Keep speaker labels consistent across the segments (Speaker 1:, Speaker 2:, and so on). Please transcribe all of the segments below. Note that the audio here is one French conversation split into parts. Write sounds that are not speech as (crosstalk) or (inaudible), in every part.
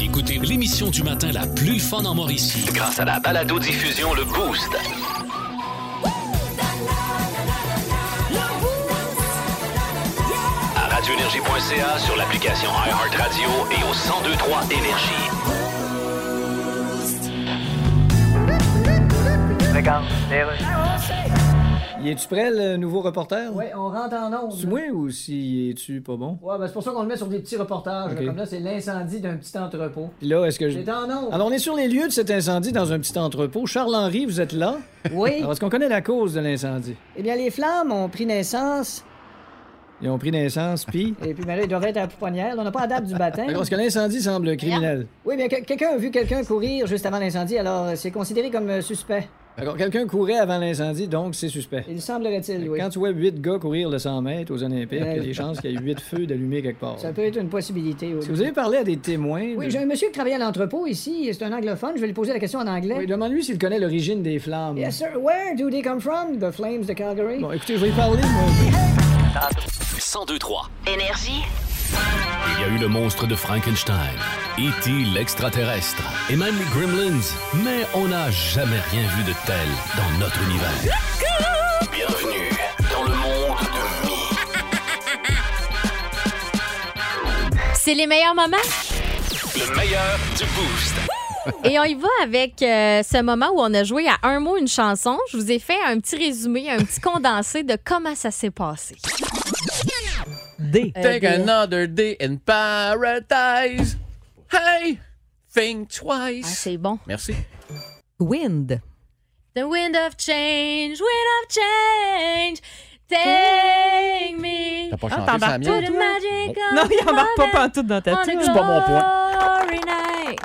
Speaker 1: Écoutez l'émission du matin la plus fun en Mauricie.
Speaker 2: Grâce à la balado diffusion le boost. À radioénergie.ca sur l'application iHeartRadio et au 1023 énergie.
Speaker 3: Y es-tu prêt, le nouveau reporter?
Speaker 4: Ouais, on rentre en onde.
Speaker 3: C'est moi ou si es-tu pas bon?
Speaker 4: Ouais, ben c'est pour ça qu'on le met sur des petits reportages. là.
Speaker 3: Ok.
Speaker 4: Comme là, c'est l'incendie d'un petit entrepôt.
Speaker 3: Puis là, est-ce que je.
Speaker 4: J'étais en onde.
Speaker 3: Alors, on est sur les lieux de cet incendie dans un petit entrepôt. Charles-Henri, vous êtes là?
Speaker 5: Oui.
Speaker 6: Ah.
Speaker 3: Alors, est-ce qu'on connaît la cause de l'incendie?
Speaker 5: Eh bien, les flammes ont pris naissance.
Speaker 3: Ils ont pris naissance,
Speaker 5: (laughs)
Speaker 3: puis.
Speaker 5: Et puis, mais là, ils doivent être à la pouponnière. On n'a pas la date du
Speaker 6: Ah,
Speaker 5: baptême.
Speaker 3: Parce que l'incendie semble criminel.
Speaker 5: Oui, bien, que- quelqu'un a vu quelqu'un courir juste avant l'incendie, alors euh, c'est considéré comme euh, suspect.
Speaker 3: Alors, quelqu'un courait avant l'incendie, donc c'est suspect.
Speaker 5: Il semblerait-il, oui.
Speaker 3: Quand tu vois huit gars courir le 100 mètres aux Olympiques, il y a des chances qu'il y ait
Speaker 5: (laughs)
Speaker 3: huit feux d'allumés quelque part.
Speaker 5: Ça peut être une possibilité.
Speaker 3: Si vous avez parlé à des témoins.
Speaker 5: Oui,
Speaker 3: de-
Speaker 5: j'ai un monsieur qui travaille à l'entrepôt ici. C'est un anglophone. Je vais lui poser la question en anglais.
Speaker 3: Oui, demande-lui s'il connaît l'origine des flammes.
Speaker 5: Yes, sir. Where do they come from? The flames of Calgary.
Speaker 3: Bon, écoutez, je vais y parler, moi.
Speaker 1: 1023.
Speaker 7: Énergie.
Speaker 1: Il y a eu le monstre de Frankenstein, E.T. l'extraterrestre et même les Gremlins, mais on n'a jamais rien vu de tel dans notre univers.
Speaker 2: Bienvenue dans le monde de Mi.
Speaker 8: C'est les meilleurs moments.
Speaker 2: Le meilleur du boost.
Speaker 8: Et on y va avec euh, ce moment où on a joué à un mot, une chanson. Je vous ai fait un petit résumé, un petit condensé de comment ça s'est passé.
Speaker 6: D.
Speaker 8: Euh,
Speaker 9: Take
Speaker 8: des-
Speaker 9: another day in paradise. Hey, think
Speaker 8: Ah,
Speaker 9: twice.
Speaker 8: c'est bon.
Speaker 9: Merci.
Speaker 6: Wind.
Speaker 8: The wind of change, wind of change, take me.
Speaker 9: T'as pas
Speaker 8: Ah,
Speaker 9: chanté
Speaker 8: t'embarques
Speaker 9: ça, Miam?
Speaker 8: to the magic of
Speaker 6: Non, il embarque pas
Speaker 8: the moment
Speaker 6: pantoute dans ta
Speaker 8: on
Speaker 6: tête.
Speaker 8: a
Speaker 9: C'est pas mon
Speaker 8: glory night.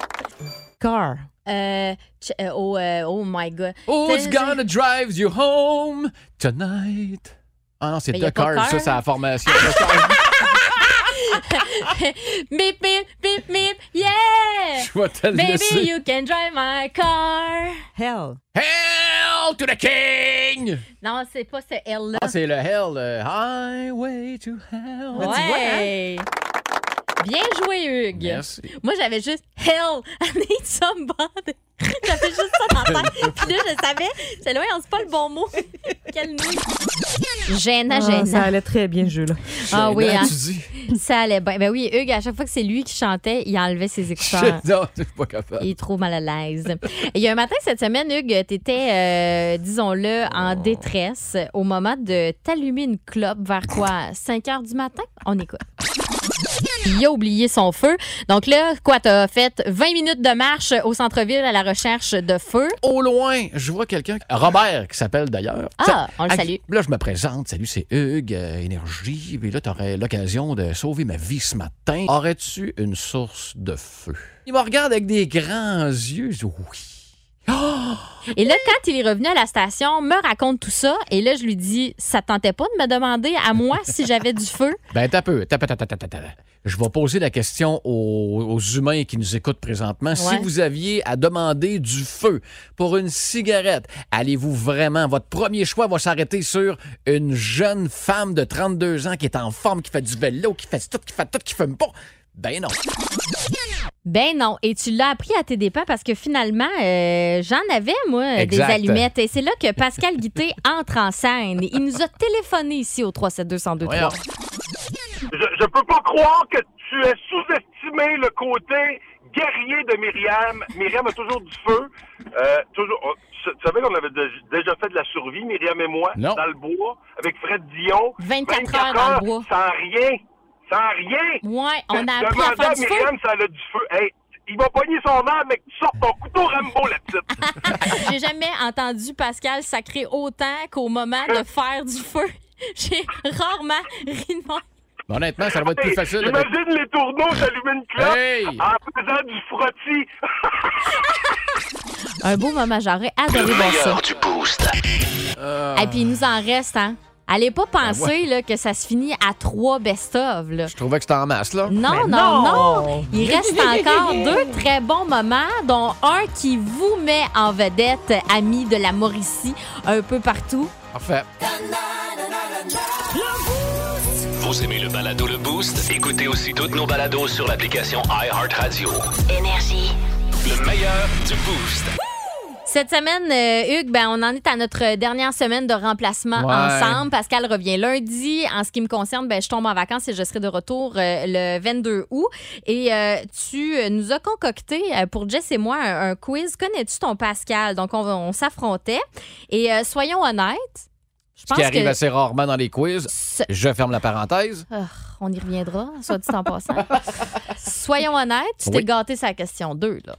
Speaker 6: Car.
Speaker 8: Euh, ch- euh, oh, euh, oh my God.
Speaker 9: Who's
Speaker 8: T'as-
Speaker 9: gonna drive you home tonight? Ah non, c'est
Speaker 8: Mais y a
Speaker 9: The
Speaker 8: pas
Speaker 9: Cars, ça,
Speaker 8: Cars.
Speaker 9: c'est la formation. The Cars.
Speaker 8: (laughs) Bip, bip, bip, bip, yeah!
Speaker 9: Je vais te (laughs) le
Speaker 8: Baby,
Speaker 9: laisser.
Speaker 8: you can drive my car.
Speaker 6: Hell.
Speaker 9: Hell to the King!
Speaker 8: Non, c'est pas ce L-là.
Speaker 9: Ah, c'est le Hell, le Highway to Hell.
Speaker 6: tu vois, hein?
Speaker 8: ouais! Bien joué, Hugues.
Speaker 9: Merci.
Speaker 8: Moi, j'avais juste Hell, I need somebody. (laughs) j'avais juste ça dans la tête. Puis là, je savais, c'est loin, c'est pas le bon mot. (laughs) Quel nom. Gênant,
Speaker 6: Ah, ça
Speaker 8: gênant.
Speaker 6: allait très bien, ce jeu-là.
Speaker 8: Ah oui,
Speaker 9: Gênant,
Speaker 8: hein.
Speaker 9: tu dis.
Speaker 8: ça allait bien. Ben oui, Hugues, à chaque fois que c'est lui qui chantait, il enlevait ses écouteurs.
Speaker 9: (laughs) Shit, non, je suis pas capable.
Speaker 8: Il est trop mal à l'aise. Il y a un matin cette semaine, Hugues, t'étais, euh, disons-le, en détresse au moment de t'allumer une clope vers quoi? 5 heures du matin? On écoute. Il a oublié son feu. Donc là, quoi, t'as fait 20 minutes de marche au centre-ville à la recherche de feu.
Speaker 9: Au loin, je vois quelqu'un, Robert, qui s'appelle d'ailleurs.
Speaker 8: Ah,
Speaker 9: Ça-
Speaker 8: on le
Speaker 9: Ah,
Speaker 8: salue.
Speaker 9: Là, je me présente. Salut, c'est Hugues, euh, Énergie. Puis là, t'aurais l'occasion de sauver ma vie ce matin. Aurais-tu une source de feu? Il me regarde avec des grands yeux. Je dis oui.
Speaker 8: Et là, quand il est revenu à la station, me raconte tout ça. Et là, je lui dis, ça te tentait pas de me demander à moi si j'avais du feu?
Speaker 9: Ben, t'as peu. T'as peu, t'as, t'as, t'as, t'as. Je vais poser la question aux, aux humains qui nous écoutent présentement. Si
Speaker 8: Ouais.
Speaker 9: vous aviez à demander du feu pour une cigarette, allez-vous vraiment, votre premier choix va s'arrêter sur une jeune femme de 32 ans qui est en forme, qui fait du vélo, qui fait tout, qui fait tout, qui fume pas? Ben non.
Speaker 8: Ben non, et tu l'as appris à tes dépens parce que finalement, euh, j'en avais, moi,
Speaker 9: Exact.
Speaker 8: des allumettes. Et c'est là que Pascal Guité (laughs) entre en scène. Il nous a téléphoné ici au 372
Speaker 9: Voyons.
Speaker 10: Je, je peux pas croire que tu aies sous-estimé le côté guerrier de Myriam. Myriam a toujours du feu. Euh, toujours, oh, tu tu savais qu'on avait dé- déjà fait de la survie, Myriam et moi,
Speaker 9: Non.
Speaker 10: dans le bois, avec Fred Dion.
Speaker 8: 24 heures dans le bois.
Speaker 10: Sans rien. Sans rien.
Speaker 8: Ouais, on a appris à
Speaker 10: Demandez
Speaker 8: faire
Speaker 10: à
Speaker 8: du feu.
Speaker 10: Myriam si elle a du feu. Hey, il va pogner son arme, mais que tu sortes ton couteau Rambo, la petite.
Speaker 8: J'ai jamais entendu Pascal sacrer autant qu'au moment de faire du feu. (laughs) J'ai rarement ri de moi.
Speaker 9: Mais Honnêtement, ça va être plus
Speaker 10: Hey,
Speaker 9: facile. avec-
Speaker 10: Imagine les tourneaux s'allumer une clope
Speaker 9: Hey!
Speaker 2: Ah!
Speaker 10: en faisant du frottis.
Speaker 8: Un beau moment, j'aurais
Speaker 2: Le
Speaker 8: adoré voir ça.
Speaker 2: meilleur du boost.
Speaker 9: Euh,
Speaker 8: Et puis, il nous en reste, hein. Allez pas penser là, que ça se finit à trois best-of. là.
Speaker 9: Je trouvais que c'était en masse, là.
Speaker 8: Non,
Speaker 6: Mais
Speaker 8: non,
Speaker 6: non!
Speaker 8: non.
Speaker 9: (laughs)
Speaker 8: Il reste encore deux très bons moments, dont un qui vous met en vedette, amis de la Mauricie, un peu partout.
Speaker 9: Parfait.
Speaker 2: Vous aimez le balado Le Boost? Écoutez aussi toutes nos balados sur l'application iHeartRadio.
Speaker 11: Énergie.
Speaker 2: Le meilleur du Boost.
Speaker 8: Cette semaine, euh, Hugues, ben, on en est à notre dernière semaine de remplacement
Speaker 9: Ouais.
Speaker 8: ensemble. Pascal revient lundi. En ce qui me concerne, ben, je tombe en vacances et je serai de retour euh, le 22 août. Et euh, tu euh, nous as concocté euh, pour Jess et moi un, un quiz. Connais-tu ton Pascal? Donc, on, on s'affrontait. Et euh, soyons honnêtes, je
Speaker 9: Ce
Speaker 8: pense
Speaker 9: qui arrive
Speaker 8: que...
Speaker 9: assez rarement dans les quiz.
Speaker 8: ce-
Speaker 9: Je ferme la parenthèse.
Speaker 8: Ah, on y reviendra, soit dit en passant. Soyons honnêtes, tu t'es
Speaker 9: Oui.
Speaker 8: gâté sa question 2. Là.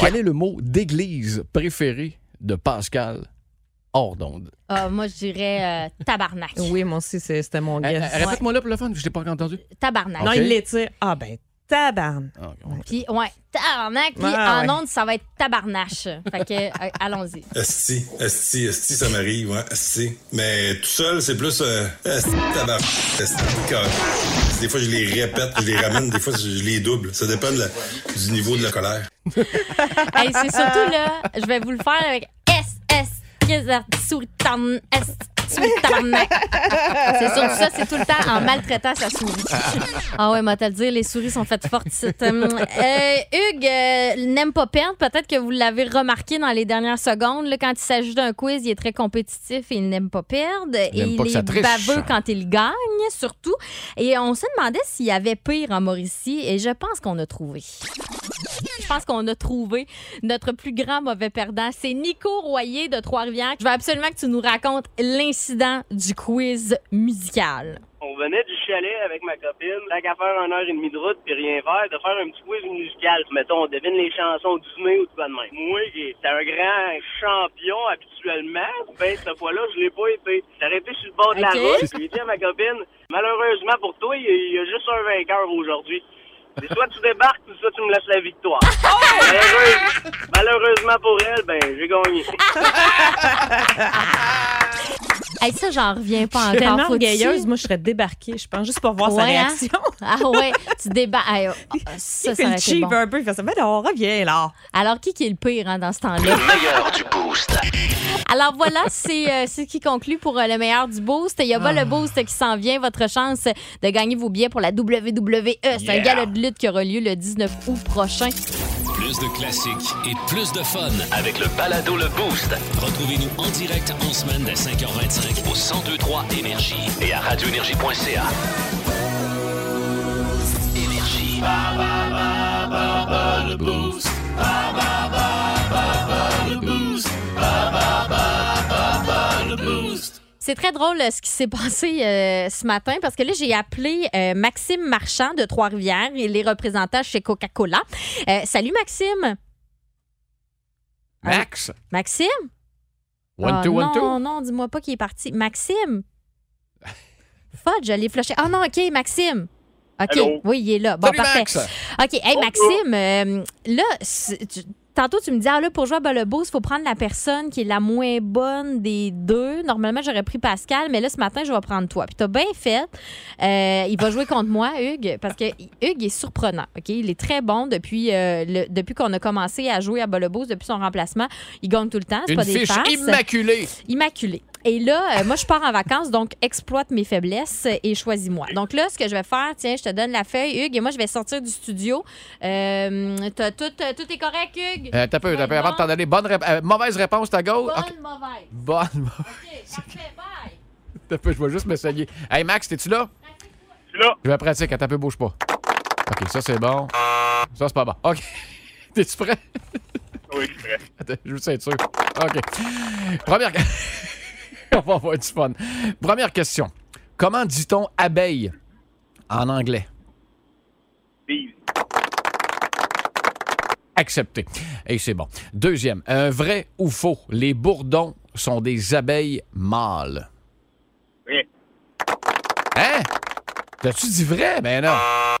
Speaker 9: Quel est le mot d'église préféré de Pascal hors d'onde?
Speaker 8: Ah, moi, je dirais euh, tabarnak.
Speaker 6: Oui, moi aussi, c'est- c'était mon
Speaker 9: Eh, eh,
Speaker 6: guess.
Speaker 9: Répète-moi là pour le fun, je t'ai pas entendu.
Speaker 8: Tabarnak.
Speaker 6: Non,
Speaker 9: Ok.
Speaker 6: il l'étire. Ah, ben, tabarn.
Speaker 9: Ah, ok.
Speaker 8: Puis, ouais, tabarnak. Puis,
Speaker 6: Ah,
Speaker 8: en
Speaker 6: ouais.
Speaker 8: ondes, ça va être tabarnache. fait que, euh, allons-y.
Speaker 12: Esti, esti, esti, ça m'arrive, ouais, esti. Mais tout seul, c'est plus euh, esti, tabac, esti, car- Des fois, je les répète, je les ramène, des fois, je les double. Ça dépend de la- du niveau de la colère.
Speaker 8: Hey, c'est surtout là, je vais vous le faire avec S, S, souris, tarn- S, souris, tarnac. C'est surtout ça, c'est tout le temps en maltraitant sa souris. Ah ouais, moi, te le dire, les souris sont faites fortes. c'est, hum. Euh, Hugues euh, n'aime pas perdre. Peut-être que vous l'avez remarqué dans les dernières secondes. là, quand il s'agit d'un quiz, il est très compétitif et il n'aime pas perdre. Et
Speaker 9: n'aime
Speaker 8: il
Speaker 9: pas que
Speaker 8: est
Speaker 9: ça triche.
Speaker 8: baveux quand il gagne, surtout. Et on se demandait s'il y avait pire en Mauricie. Et je pense qu'on a trouvé. Je pense qu'on a trouvé notre plus grand mauvais perdant. C'est Nico Royer de Trois-Rivières. Je veux absolument que tu nous racontes l'incident du quiz musical.
Speaker 13: On venait du chalet avec ma copine, tant qu'à faire une heure et demie de route puis rien faire, de faire un petit quiz musical. Mettons, on devine les chansons du Disney ou du bas de même. Moi, qui étais un grand champion habituellement, ben cette fois-là, je l'ai pas été. J'étais arrêté sur le bord de
Speaker 8: Ok.
Speaker 13: la route, puis j'ai dit à ma copine, malheureusement pour toi, il y a- il y, a juste un vainqueur aujourd'hui. C'est soit tu débarques, ou soit tu me laisses la victoire. Malheureusement, malheureusement pour elle, ben j'ai gagné.
Speaker 8: Hey, ça, j'en reviens pas encore.
Speaker 6: Tellement
Speaker 8: Faut-tu-
Speaker 6: orgueilleuse, moi, je serais débarquée, je pense, juste pour voir sa
Speaker 8: Ouais, hein?
Speaker 6: (laughs) réaction.
Speaker 8: (laughs) Ah ouais, tu débats. Hey, oh, ça,
Speaker 6: il
Speaker 8: ça
Speaker 6: fait
Speaker 8: aurait
Speaker 6: le
Speaker 8: été
Speaker 6: cheap
Speaker 8: bon.
Speaker 6: un peu. Il fait ça. Ben non, reviens, là.
Speaker 8: Alors, qui, qui est le pire hein, dans ce temps-là?
Speaker 2: Le meilleur du Boost.
Speaker 8: Alors voilà, c'est euh, c'est ce qui conclut pour euh, le meilleur du boost. Il y a pas le boost qui s'en vient, votre chance de gagner vos billets pour la WWE. C'est un
Speaker 2: Yeah.
Speaker 8: gala de lutte qui aura lieu le 19 août prochain.
Speaker 1: Plus de classiques et plus de fun.
Speaker 2: Avec le balado Le Boost
Speaker 1: Retrouvez-nous en direct en semaine dès 5h25
Speaker 2: au 1023 Énergie et à radioénergie.ca. Énergie. Ba, ba, ba, ba, ba, le Boost. Ah, bah, Ba, ba, ba, ba, ba, bah, le Boost.
Speaker 9: Hein?
Speaker 2: Ba, ba, ba, ba, ba, le Boost.
Speaker 8: C'est très drôle euh, ce qui s'est (laughs) passé euh, ce matin parce que là, j'ai appelé euh, Maxime Marchand de Trois-Rivières. Il est représentant chez Coca-Cola. Euh, salut Maxime.
Speaker 9: Max,
Speaker 8: Maxime?
Speaker 9: one,
Speaker 8: Ah,
Speaker 9: two, one,
Speaker 8: non,
Speaker 9: two.
Speaker 8: non, dis-moi pas qu'il est parti. Maxime? Fudge, je l'ai flushé. Ah non, OK, Maxime. OK,
Speaker 13: Allô?
Speaker 8: oui, il est là. Bon,
Speaker 9: Salut,
Speaker 8: parfait.
Speaker 9: Max.
Speaker 8: OK,
Speaker 9: Oh,
Speaker 8: hey, Maxime, euh, là, c'est- tu- tantôt, tu me dis, ah là, pour jouer à Balobos, il faut prendre la personne qui est la moins bonne des deux. Normalement, j'aurais pris Pascal, mais là, ce matin, je vais prendre toi. Puis t'as bien fait. Euh, il va jouer contre moi, Hugues, parce que Hugues est surprenant. OK? Il est très bon depuis, euh, le- depuis qu'on a commencé à jouer à Balobos, depuis son remplacement. Il gagne tout le temps. C'est
Speaker 9: Une
Speaker 8: pas des
Speaker 9: fiche
Speaker 8: farces
Speaker 9: immaculée.
Speaker 8: immaculé. Et là, euh, moi, je pars en vacances, donc exploite mes faiblesses et choisis-moi. Donc là, ce que je vais faire, tiens, je te donne la feuille, Hugues, et moi, je vais sortir du studio. Euh, t'as tout, euh, tout est correct, Hugues?
Speaker 9: Euh, t'as peu, t'as peu. Avant de t'en donner, bonne rép- euh, mauvaise réponse, ta gauche.
Speaker 8: Bonne,
Speaker 9: Ok.
Speaker 8: mauvaise.
Speaker 9: Bonne. (laughs)
Speaker 8: OK, parfait, bye.
Speaker 9: T'as peu, je vais juste me saigner. Hey, Max, t'es-tu là?
Speaker 13: là.
Speaker 9: Je vais pratiquer. T'as peu, bouge pas. OK, ça, c'est bon. Ça, c'est pas bon. OK. (laughs) T'es-tu prêt?
Speaker 13: Oui, c'est vrai.
Speaker 9: Attends, je vous ceinture. OK. Première... (laughs) On va avoir du fun. Première question. Comment dit-on abeille en anglais?
Speaker 13: Bise.
Speaker 9: Accepté. Et c'est bon. Deuxième. Un vrai ou faux? Les bourdons sont des abeilles mâles.
Speaker 13: Vrai.
Speaker 9: Hein? T'as-tu dit vrai? Ben non.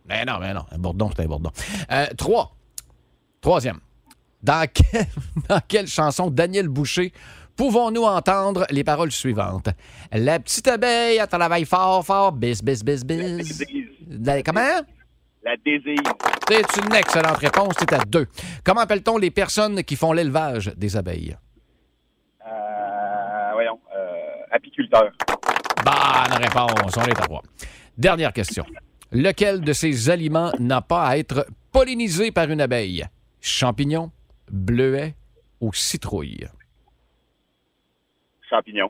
Speaker 9: Ben non, ben non. Un bourdon, c'est un bourdon. Euh, trois. Troisième. Dans, quel- dans quelle (laughs) chanson Daniel Boucher pouvons-nous entendre les paroles suivantes? La petite abeille, elle travaille fort, fort, bis, bis, bis, bis.
Speaker 13: Bise.
Speaker 9: La- Comment?
Speaker 13: La désir.
Speaker 9: C'est une excellente réponse, c'est à deux. Comment appelle-t-on les personnes qui font l'élevage des abeilles?
Speaker 13: Euh, voyons, euh, apiculteur.
Speaker 9: Bonne réponse. On est à trois. Dernière question. Lequel de ces aliments n'a pas à être pollinisé par une abeille? Champignon, bleuet ou citrouille?
Speaker 13: Champignon.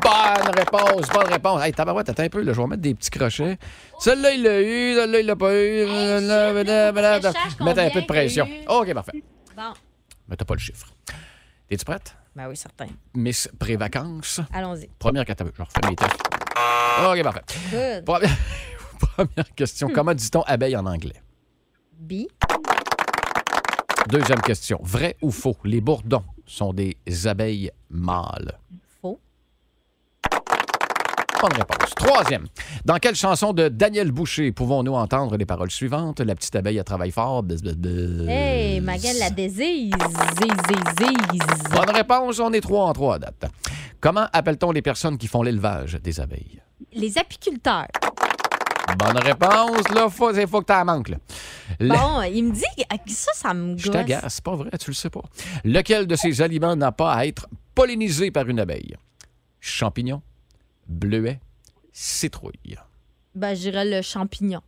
Speaker 9: Bonne réponse, bonne réponse. Hey, tabarouette, attends un peu, là, je vais mettre des petits crochets. Celle-là, il l'a eu, celle-là, il l'a pas eu. Blablabla.
Speaker 8: je cherche
Speaker 9: Mettez un
Speaker 8: combien
Speaker 9: peu de
Speaker 8: qu'il y a
Speaker 9: pression.
Speaker 8: eu.
Speaker 9: OK, parfait.
Speaker 8: Bon.
Speaker 9: Mais t'as pas le chiffre. Es-tu prête?
Speaker 8: Ben oui, certain.
Speaker 9: Miss Pré-Vacances.
Speaker 8: Allons-y.
Speaker 9: Première catégorie. Je refais mes tests. OK, parfait.
Speaker 8: Good.
Speaker 9: Première, (laughs) première question.
Speaker 8: Hmm.
Speaker 9: Comment dit-on abeille en anglais?
Speaker 8: B.
Speaker 9: Deuxième question. Vrai ou faux? Les bourdons sont des abeilles mâles.
Speaker 8: Faux.
Speaker 9: Bonne réponse. Troisième. Dans quelle chanson de Daniel Boucher pouvons-nous entendre les paroles suivantes? La petite abeille, elle travaille fort. Bzz, bzz, bzz.
Speaker 8: Hey, ma gueule, la désise. Ziz, ziz, ziz.
Speaker 9: Bonne réponse. On est trois en trois à date. Comment appelle-t-on les personnes qui font l'élevage des abeilles?
Speaker 8: Les apiculteurs.
Speaker 9: Bonne réponse. Là, faut, c'est- faut que t'en manques. là. Le-
Speaker 8: Bon, il me dit que ça, ça me gosse.
Speaker 9: Je t'agace, c'est pas vrai, tu le sais pas. Lequel de ces aliments n'a pas à être pollinisé par une abeille? Champignon, bleuet, citrouille.
Speaker 8: Ben, j'irais le champignon.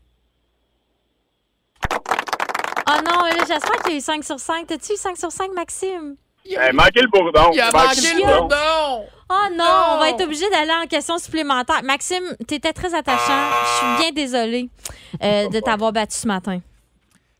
Speaker 8: Oh non, là, j'espère que tu as eu 5 sur 5. T'as-tu eu 5 sur 5, Maxime?
Speaker 13: Eh, manquez le bourdon.
Speaker 9: Il a
Speaker 13: Manquez
Speaker 9: manqué le bourdon!
Speaker 8: Oh non, on va être obligé d'aller en question supplémentaire. Maxime, t'étais très attachant. Je suis bien désolée euh, de t'avoir battu ce matin.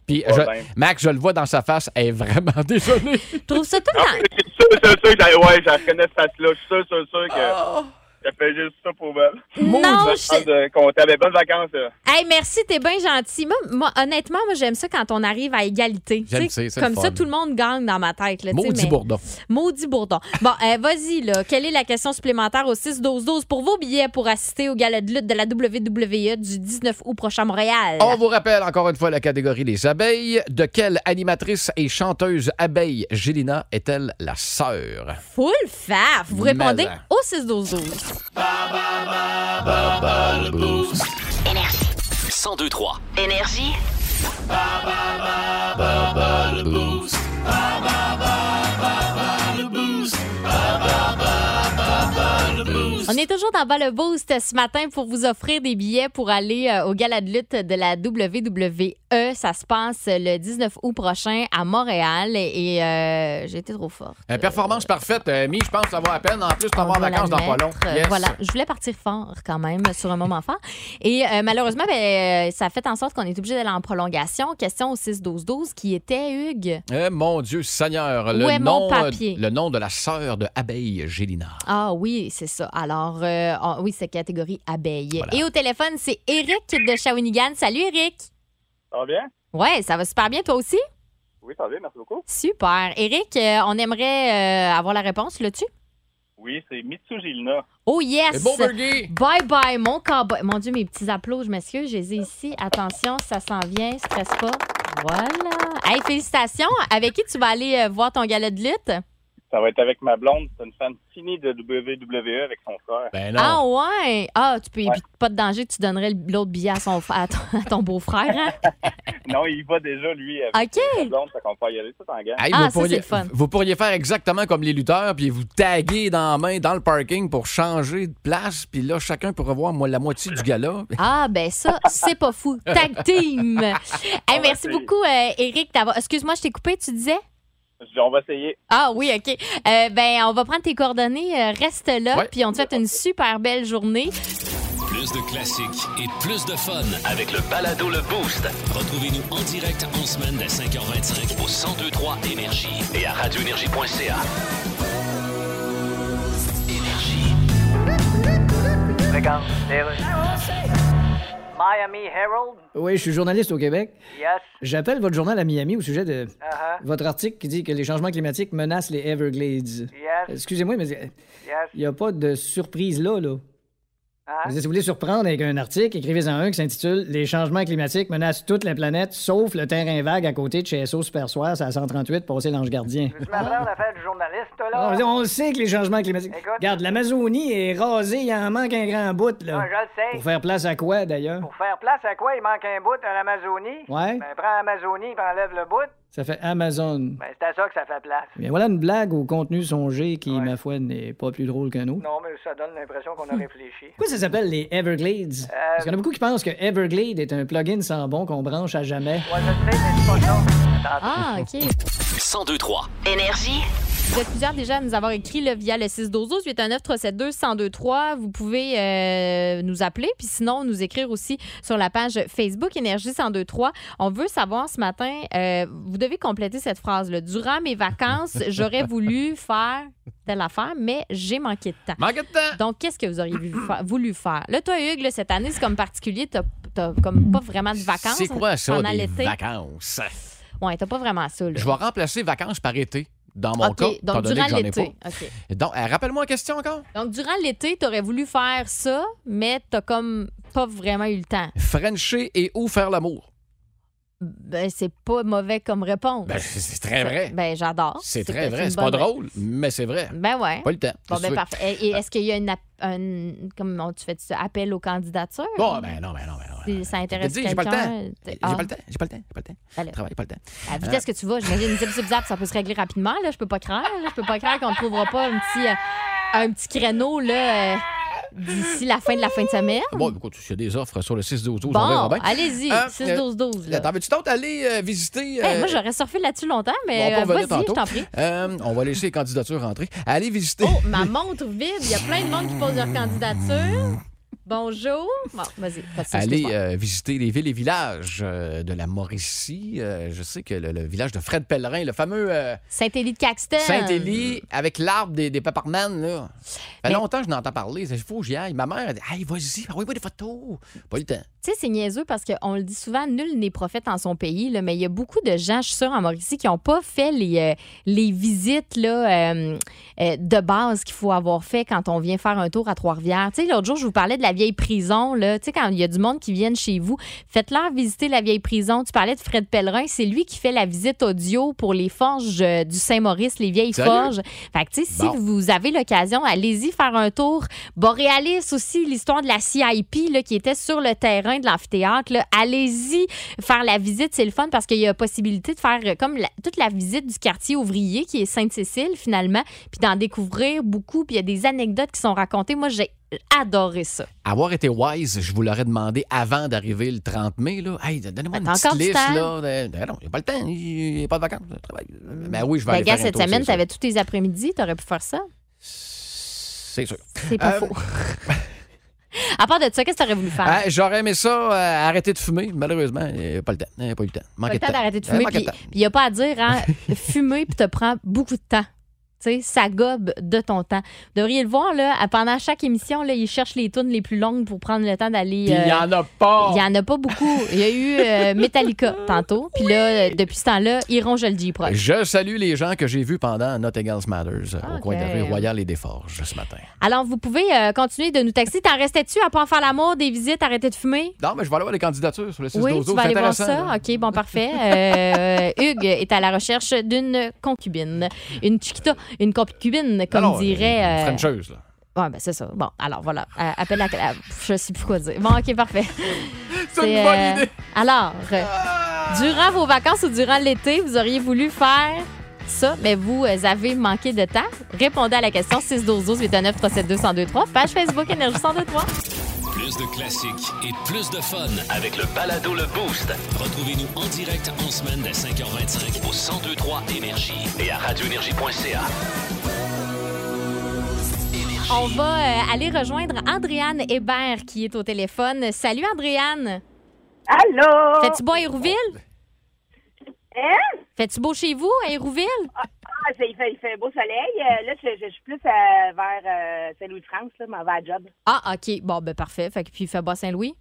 Speaker 9: Puis,
Speaker 13: Pas
Speaker 9: je-
Speaker 13: bien.
Speaker 9: Max, je le vois dans sa face, elle est vraiment (laughs)
Speaker 8: (laughs)
Speaker 9: désolée.
Speaker 8: Je trouve ça tout le
Speaker 13: Ah,
Speaker 8: temps.
Speaker 13: c'est sûr, sûr, sûr, que- ouais, je reconnais cette face-là. Je suis sûr, sûr, sûr que
Speaker 9: Oh.
Speaker 13: ça fait juste ça pour elle.
Speaker 8: Non, je-
Speaker 13: Bonne chance de compter. Ben, bonnes vacances. là.
Speaker 8: Hey, merci, t'es bien gentil. Moi, moi, honnêtement, moi, j'aime ça quand on arrive à égalité.
Speaker 9: J'aime
Speaker 8: Tu sais,
Speaker 9: ça, c'est le
Speaker 8: comme
Speaker 9: fun.
Speaker 8: ça, tout le monde gagne dans ma tête. Là, tu sais,
Speaker 9: Maudit
Speaker 8: mais-
Speaker 9: bourdon.
Speaker 8: Maudit bourdon. Bon, euh, vas-y, là. Quelle est la question supplémentaire au 6-12-12 pour vos billets pour assister au gala de lutte de la WWE du 19 août prochain à Montréal?
Speaker 9: On vous rappelle encore une fois la catégorie des abeilles. De quelle animatrice et chanteuse abeille Gélina est-elle la sœur?
Speaker 8: Full faf! Vous répondez
Speaker 9: Mais, hein.
Speaker 8: au 6-12-12.
Speaker 1: 1023.
Speaker 2: Énergie.
Speaker 8: On est toujours dans Bas le Boost ce matin pour vous offrir des billets pour aller euh, au gala de lutte de la WWE. Ça se passe le 19 août prochain à Montréal et, et, euh, j'ai été trop forte.
Speaker 9: Une performance parfaite, euh, Mi, je pense avoir à peine. En plus,
Speaker 8: On
Speaker 9: t'avoir en
Speaker 8: doit
Speaker 9: vacances dans pas long.
Speaker 8: l'admettre. Euh,
Speaker 9: Yes.
Speaker 8: Voilà, je voulais partir fort quand même sur un moment fort. Et euh, malheureusement, ben, euh, ça a fait en sorte qu'on est obligé d'aller en prolongation. Question au 6-12-12 qui était Hugues.
Speaker 9: Eh, mon Dieu Seigneur, le,
Speaker 8: Où est mon
Speaker 9: nom, euh,
Speaker 8: papier?
Speaker 9: le nom de la sœur de Abeille Gélina.
Speaker 8: Ah oui, c'est ça. Alors, euh, ah oui, c'est catégorie abeille.
Speaker 9: Voilà.
Speaker 8: Et au téléphone, c'est Eric de Shawinigan. Salut Eric.
Speaker 13: Ça va bien?
Speaker 8: Ouais, ça va super bien toi aussi?
Speaker 13: Oui, ça va bien. Merci beaucoup.
Speaker 8: Super. Eric, euh, on aimerait euh, avoir la réponse là-dessus.
Speaker 13: Oui, c'est Mitsugilna.
Speaker 8: Oh yes!
Speaker 9: Et bon ben, Bergie!
Speaker 8: Bye bye, mon cowboy. Mon Dieu, mes petits applaudissements, je m'excuse, je les ai ici. Attention, ça s'en vient, stresse pas. Voilà. Hey, félicitations. Avec qui tu vas aller euh, voir ton gala de lutte?
Speaker 13: Ça va être avec ma blonde. C'est une fan finie de WWE avec son frère.
Speaker 9: Ben
Speaker 8: Ah
Speaker 9: non.
Speaker 8: ouais! Ah, tu peux
Speaker 13: Ouais.
Speaker 8: éviter pas de danger, tu donnerais le- l'autre billet à, son, à ton, à ton beau-frère. hein?
Speaker 13: Non, il va déjà, lui, avec
Speaker 8: OK.
Speaker 13: ma blonde. Ça qu'on peut y aller tout en gang.
Speaker 8: Ah,
Speaker 9: Hey,
Speaker 8: ça,
Speaker 9: vous, pourriez,
Speaker 8: c'est le fun.
Speaker 9: vous pourriez faire exactement comme les lutteurs, puis vous taguer dans la main, dans le parking, pour changer de place, puis là, chacun pourra voir moi, la moitié du gala.
Speaker 8: Ah, ben ça, c'est pas fou. Tag team! Hey, merci
Speaker 13: essayer.
Speaker 8: beaucoup, euh, Eric, d'avoir. Excuse-moi, je t'ai coupé, tu disais?
Speaker 13: Je dis, on va essayer.
Speaker 8: Ah oui, OK. Euh, ben, on va prendre tes coordonnées. euh, reste là,
Speaker 9: Ouais.
Speaker 8: puis on te souhaite une super belle journée.
Speaker 1: Plus de classiques et plus de fun avec le balado Le Boost. Retrouvez-nous en direct en semaine dès 5h25 au 1023 Énergie et à radioénergie.ca.
Speaker 14: Miami Herald,
Speaker 5: Oui, je suis journaliste au Québec.
Speaker 14: yes. Uh-huh.
Speaker 5: J'appelle votre journal à Miami au sujet de votre article qui dit que les changements climatiques menacent les Everglades.
Speaker 14: Yes.
Speaker 5: Excusez-moi, mais
Speaker 14: Yes.
Speaker 5: il n'y a pas de surprise là, là.
Speaker 14: Hein?
Speaker 5: Je veux dire, Si vous voulez surprendre avec un article, écrivez-en un qui s'intitule Les changements climatiques menacent toute la planète, sauf le terrain vague à côté de chez SO Super Soir, c'est à 138, passé l'Ange Gardien.
Speaker 14: Tu m'apprends à faire du journaliste, toi,
Speaker 5: Ah,
Speaker 14: là?
Speaker 5: je veux dire, on le sait que les changements climatiques.
Speaker 14: Écoute.
Speaker 5: Regarde, l'Amazonie est rasée, il en manque un grand bout, là.
Speaker 14: Ah, je le sais.
Speaker 5: Pour faire place à quoi, d'ailleurs?
Speaker 14: Pour faire place à quoi? Il manque un bout en Amazonie.
Speaker 5: Ouais.
Speaker 14: Ben, prends Amazonie et enlève le bout.
Speaker 3: Ça fait Amazon.
Speaker 11: Ben, c'est à ça que ça fait place.
Speaker 3: Mais voilà une blague au contenu songé qui, ma foi, n'est pas plus drôle qu'un autre.
Speaker 11: Non, mais ça donne l'impression qu'on a réfléchi.
Speaker 5: Hmm.
Speaker 11: Euh,
Speaker 5: Pourquoi ça s'appelle les Everglades? Parce qu'il y en a beaucoup qui pensent que Everglade est un plugin sans bon qu'on branche à jamais.
Speaker 8: Ah, OK.
Speaker 1: 1023.
Speaker 8: Énergie. Vous êtes plusieurs déjà à nous avoir écrit là, via le 612 819 372 1023. Vous pouvez euh, nous appeler, puis sinon nous écrire aussi sur la page Facebook Énergie 1023. On veut savoir ce matin, euh, vous devez compléter cette phrase là. Durant mes vacances, j'aurais voulu faire telle affaire, mais j'ai manqué de temps.
Speaker 9: Manqué de temps.
Speaker 8: Donc, qu'est-ce que vous auriez voulu faire? Voulu faire? Là, toi, Hugues, là, cette année, c'est comme particulier, t'as t'as comme pas vraiment de vacances.
Speaker 9: C'est quoi ça,
Speaker 8: Pendant
Speaker 9: des
Speaker 8: l'été.
Speaker 9: vacances?
Speaker 8: Ouais, t'as pas vraiment ça. Là.
Speaker 9: Je vais remplacer vacances par été, dans mon
Speaker 8: OK,
Speaker 9: cas, étant
Speaker 8: donc
Speaker 9: donné
Speaker 8: durant
Speaker 9: que j'en ai
Speaker 8: l'été.
Speaker 9: pas.
Speaker 8: OK.
Speaker 9: Donc, euh, rappelle-moi la question encore.
Speaker 8: Donc, durant l'été, t'aurais voulu faire ça, mais t'as comme pas vraiment eu le temps.
Speaker 9: Frencher et où faire l'amour?
Speaker 8: Ben, c'est pas mauvais comme réponse.
Speaker 9: Ben, c'est- c'est très vrai.
Speaker 8: Ben, j'adore.
Speaker 9: C'est très vrai.
Speaker 8: une
Speaker 9: C'est pas
Speaker 8: bonne-
Speaker 9: drôle, mais c'est vrai.
Speaker 8: Ben ouais.
Speaker 9: Pas le temps.
Speaker 8: Bon,
Speaker 9: Qu'est-ce que
Speaker 8: ben
Speaker 9: tu veux?
Speaker 8: parfait. Et et est-ce qu'il y a une... app- un- comme on- tu fais ça, appel aux candidatures?
Speaker 9: Bon, ben non, ben non, ben non.
Speaker 8: Si Ça
Speaker 9: Je te
Speaker 8: intéresse
Speaker 9: dis, j'ai pas le
Speaker 8: quelqu'un?
Speaker 9: temps. J'ai
Speaker 8: Ah.
Speaker 9: pas le temps, j'ai pas le temps, j'ai pas le temps.
Speaker 8: Alors.
Speaker 9: Travaille, pas le temps.
Speaker 8: À la vitesse que tu vas, j'imagine, zip, zip, zap, ça peut se régler rapidement. Là. Je peux pas craindre. là. Je peux pas craindre qu'on ne trouvera pas un petit, euh, un petit créneau là, euh, d'ici la fin de la fin de semaine.
Speaker 9: Bon, écoute, s'il y a des offres sur le 6-12-12, on verra
Speaker 8: Bon,
Speaker 9: bien.
Speaker 8: allez-y,
Speaker 9: Hein,
Speaker 8: 6-12-12.
Speaker 9: Attends, veux-tu tente aller euh, visiter...
Speaker 8: Hey,
Speaker 9: euh,
Speaker 8: Eh, moi, j'aurais surfé là-dessus longtemps,
Speaker 9: on
Speaker 8: mais
Speaker 9: va
Speaker 8: euh,
Speaker 9: en revenir
Speaker 8: vas-y, je
Speaker 9: tantôt.
Speaker 8: t'en prie.
Speaker 9: Euh, on va laisser les candidatures rentrer. Allez visiter...
Speaker 8: Oh, ma montre vide, il y a plein de monde qui pose leur candidature. Bonjour. Bon, vas-y, vas-y,
Speaker 9: Allez
Speaker 8: excuse-moi.
Speaker 9: euh, visiter les villes et villages euh, de la Mauricie. Euh, je sais que le, le village de Fred Pellerin, le fameux euh,
Speaker 8: Saint-Élie de Caxton.
Speaker 9: Saint-Élie, avec l'arbre des, des paparmanes, là. Ça fait longtemps que je n'entends parler. Il faut que j'y aille. Ma mère, elle dit Hey, vas-y, envoie-moi des photos. Pas le temps.
Speaker 8: Tu sais, c'est niaiseux parce qu'on le dit souvent, nul n'est prophète en son pays, là, mais il y a beaucoup de gens, je suis sûre, en Mauricie, qui n'ont pas fait les, euh, les visites là, euh, euh, de base qu'il faut avoir fait quand on vient faire un tour à Trois-Rivières. Tu sais, l'autre jour, je vous parlais de la vieille prison. Là. Tu sais, quand il y a du monde qui viennent chez vous, faites-leur visiter la vieille prison. Tu parlais de Fred Pellerin, c'est lui qui fait la visite audio pour les forges euh, du Saint-Maurice, les vieilles
Speaker 15: Sérieux?
Speaker 8: forges. Fait que, tu sais, si
Speaker 15: Bon.
Speaker 8: vous avez l'occasion, allez-y faire un tour. Boréalis aussi, l'histoire de la CIP là, qui était sur le terrain de l'amphithéâtre. là. Allez-y faire la visite, c'est le fun parce qu'il y a possibilité de faire euh, comme la- toute la visite du quartier ouvrier qui est Sainte-Cécile finalement, puis d'en découvrir beaucoup. Puis il y a des anecdotes qui sont racontées. Moi, j'ai adoré ça.
Speaker 9: Avoir été wise, je vous l'aurais demandé avant d'arriver le 30 mai. Là. Hey, donnez-moi une
Speaker 8: T'as
Speaker 9: petite
Speaker 8: encore du
Speaker 9: liste.
Speaker 8: temps?
Speaker 9: Là. Euh, Non, il n'y a pas le temps. Il n'y a pas de vacances. Je travaille. Mais oui, je vais
Speaker 8: Ben,
Speaker 9: aller
Speaker 8: gars,
Speaker 9: faire un
Speaker 8: cette
Speaker 9: tour, c'est
Speaker 8: semaine,
Speaker 9: sûr.
Speaker 8: t'avais tous tes après-midi, t'aurais pu faire ça.
Speaker 9: C'est sûr.
Speaker 8: C'est pas
Speaker 9: Euh,
Speaker 8: faux. (laughs) À part de ça, qu'est-ce que t'aurais voulu faire?
Speaker 9: Ah, J'aurais aimé ça, euh, arrêter de fumer. Malheureusement, euh, pas le temps. Euh, Pas eu le temps.
Speaker 8: T'as
Speaker 9: Manquer
Speaker 8: le temps d'arrêter de
Speaker 9: Euh,
Speaker 8: fumer.
Speaker 9: manquer
Speaker 8: Puis
Speaker 9: de temps.
Speaker 8: il n'y a pas à dire, hein, (laughs) fumer puis te prend beaucoup de temps. Tu sais, ça gobe de ton temps. Vous devriez le voir, là, à- pendant chaque émission, là, ils cherchent les tunes les plus longues pour prendre le temps d'aller.
Speaker 9: Puis il y
Speaker 8: euh,
Speaker 9: en a pas.
Speaker 8: Il n'y en a pas beaucoup. Il y a eu euh,
Speaker 9: (laughs)
Speaker 8: Metallica tantôt. Puis là, euh, depuis ce temps-là, ils rongent le J-Prod.
Speaker 9: Ben, Je salue les gens que j'ai vus pendant Not Egals Matters euh, au
Speaker 8: Ok.
Speaker 9: coin de la rue Royale et des Forges ce matin.
Speaker 8: Alors, vous pouvez euh, continuer de nous taxer. T'en restais-tu à pas en faire l'amour, des visites, arrêter de fumer?
Speaker 9: Non, mais je vais aller voir les candidatures sur le 6
Speaker 8: Oui, tu vas aller voir ça.
Speaker 9: Là.
Speaker 8: OK, bon, parfait. Euh,
Speaker 9: (laughs)
Speaker 8: Hugues est à la recherche d'une concubine. Une chiquita, une concubine, comme
Speaker 9: Non, non,
Speaker 8: dirait.
Speaker 9: une
Speaker 8: euh,
Speaker 9: Frencheuse, là.
Speaker 8: Ouais, ben c'est ça. Bon, alors voilà. Euh, appelle la. euh, je sais plus quoi dire. Bon, OK, parfait.
Speaker 2: C'est une bonne idée.
Speaker 8: alors, euh, durant vos vacances ou durant l'été, vous auriez voulu faire ça, mais vous euh, avez manqué de temps. Répondez à la question 612 12 819 372 1023 page Facebook Énergie 1023.
Speaker 1: Plus de classiques et plus de fun avec le balado Le Boost. Retrouvez-nous en direct en semaine dès 5h25 au 1023 Énergie et à radioénergie.ca.
Speaker 8: On va euh, aller rejoindre Andréane Hébert qui est au téléphone. Salut Andréane.
Speaker 7: Allô?
Speaker 8: Fais-tu beau à Hérouville?
Speaker 7: Hein?
Speaker 8: Fais-tu beau chez vous à Hérouville?
Speaker 7: Ah, (laughs) c'est- il, fait, il fait beau soleil. Euh, Là, je, je- je suis plus euh, vers euh, Saint-Louis-de-France, là, m'en vais à la job.
Speaker 8: Ah, OK. Bon, ben parfait. Fait que puis il fait bas Saint-Louis?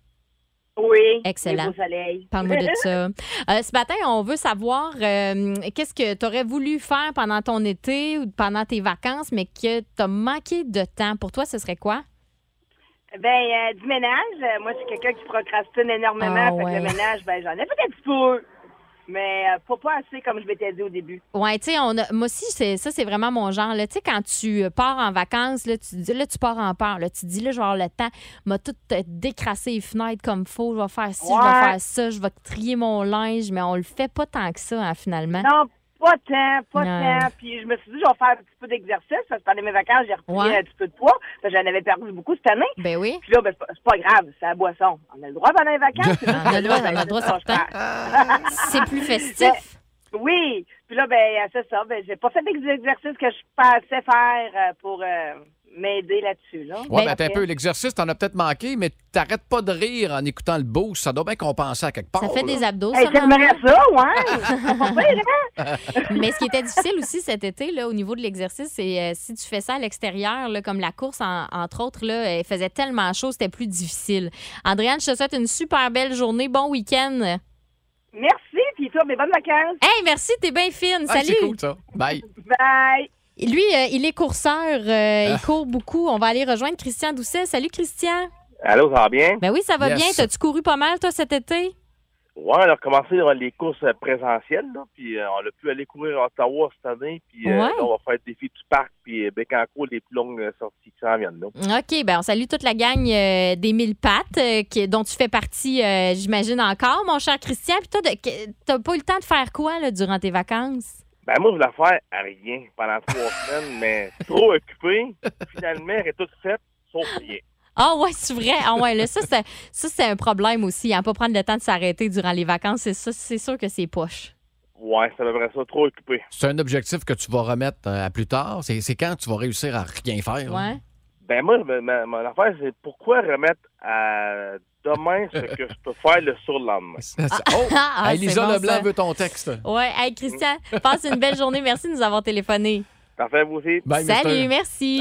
Speaker 7: Oui.
Speaker 8: Excellent.
Speaker 7: il fait beau soleil. (laughs)
Speaker 8: Parle-moi de ça. Euh, ce matin, on veut savoir euh, qu'est-ce que tu aurais voulu faire pendant ton été ou pendant tes vacances, mais que tu as manqué de temps. Pour toi, ce serait quoi?
Speaker 7: ben, euh, du ménage, euh, moi, je suis quelqu'un qui procrastine énormément.
Speaker 8: Ah,
Speaker 7: fait que
Speaker 8: ouais.
Speaker 7: le ménage, ben, j'en ai peut-être peu. mais euh, pas, pas assez comme je m'étais dit au début.
Speaker 8: Ouais, tu sais, on a- moi aussi, c'est, ça, c'est vraiment mon genre. là. Tu sais, quand tu euh, pars en vacances, là, tu, te dis- là, tu pars en peur. Là, tu te dis, là, je vais avoir le temps. M'a tout euh, décrassé les fenêtres comme faut. Je vais faire ci, je vais
Speaker 7: Ouais.
Speaker 8: faire ça. Je vais trier mon linge. Mais on le fait pas tant que ça, hein, finalement.
Speaker 7: Non, pas tant, pas
Speaker 8: Ouais.
Speaker 7: tant. Puis je me suis dit, je vais faire un petit peu d'exercice parce que pendant mes vacances, j'ai repris
Speaker 8: Ouais.
Speaker 7: un petit peu de poids. parce que J'en avais perdu beaucoup cette année.
Speaker 8: Ben oui.
Speaker 7: Puis là, ben, c'est pas- c'est pas grave, c'est la boisson. On a le droit pendant les vacances. c'est juste
Speaker 8: On a
Speaker 7: que là,
Speaker 8: le droit,
Speaker 7: ben,
Speaker 8: on a le droit
Speaker 7: ça, je
Speaker 8: certain.
Speaker 7: perds.
Speaker 8: C'est plus festif.
Speaker 7: Ben, oui. Puis là, ben, euh, c'est ça. Ben, j'ai pas fait des exercices que je pensais faire euh, pour euh, m'aider là-dessus. Là.
Speaker 9: Ouais, ben, t'as un peu l'exercice, t'en as peut-être manqué, mais t'arrêtes pas de rire en écoutant le beau. Ça doit bien compenser à quelque part.
Speaker 8: Ça fait
Speaker 9: là.
Speaker 8: des abdos,
Speaker 7: Hey,
Speaker 8: ça.
Speaker 7: j'aimerais
Speaker 8: maman.
Speaker 7: ça,
Speaker 8: (laughs)
Speaker 7: hein? ouais. Pas pire,
Speaker 8: Mais ce qui était difficile aussi cet été, là, au niveau de l'exercice, c'est euh, si tu fais ça à l'extérieur, là, comme la course, en- entre autres, là, elle faisait tellement chaud, c'était plus difficile. Andréane, je te souhaite une super belle journée. Bon week-end.
Speaker 7: Merci, puis toi, mes bonnes vacances.
Speaker 8: Hey, merci, t'es bien fine.
Speaker 9: Ah,
Speaker 8: Salut.
Speaker 9: c'est cool, ça. Bye.
Speaker 7: Bye.
Speaker 8: Lui, euh, il est courseur. euh,
Speaker 9: Ah.
Speaker 8: Il court beaucoup. On va aller rejoindre Christian Doucet. Salut, Christian.
Speaker 15: Allô, ça va bien?
Speaker 8: Ben oui, ça va
Speaker 15: Yes.
Speaker 8: bien. T'as-tu couru pas mal, toi, cet été?
Speaker 15: Ouais, on a recommencé euh, les courses euh, présentielles, là, puis euh, on a pu aller courir à Ottawa cette année, puis euh,
Speaker 8: Ouais.
Speaker 15: là, on va faire le défi du parc, puis euh, Bécancour, les plus longues euh, sorties qui s'en viennent. là.
Speaker 8: OK, ben on salue toute la gang euh, des mille pattes euh, qui- dont tu fais partie, euh, j'imagine, encore, mon cher Christian. Puis toi, de- que- t'as pas eu le temps de faire quoi là, durant tes vacances?
Speaker 15: Ben, moi, je voulais faire rien pendant trois (laughs) semaines, mais trop occupé. Finalement, elle est toute faite, sauf rien.
Speaker 8: Ah ouais, (laughs) c'est vrai. Ah ouais, là, ça, c'est- ça, c'est un problème aussi. Hein, pas prendre le temps de s'arrêter durant les vacances, c'est ça, c'est sûr que c'est poche.
Speaker 15: Ouais, ça devrait ça, trop occupé.
Speaker 9: C'est un objectif que tu vas remettre euh, à plus tard. C'est c'est quand tu vas réussir à rien faire. là. (laughs)
Speaker 15: Ben, moi, ma- ma- mon affaire, c'est pourquoi remettre à demain ce que je peux faire le surlendemain?
Speaker 9: Oh!
Speaker 8: (laughs) Ah,
Speaker 9: Hey,
Speaker 8: c'est
Speaker 9: Lisa
Speaker 8: bon,
Speaker 9: Leblanc
Speaker 8: ça.
Speaker 9: veut ton texte.
Speaker 8: Ouais, hey, Christian, passe une belle journée. Merci de nous avoir téléphoné.
Speaker 15: Parfait, vous aussi.
Speaker 9: Ben,
Speaker 8: Salut, merci.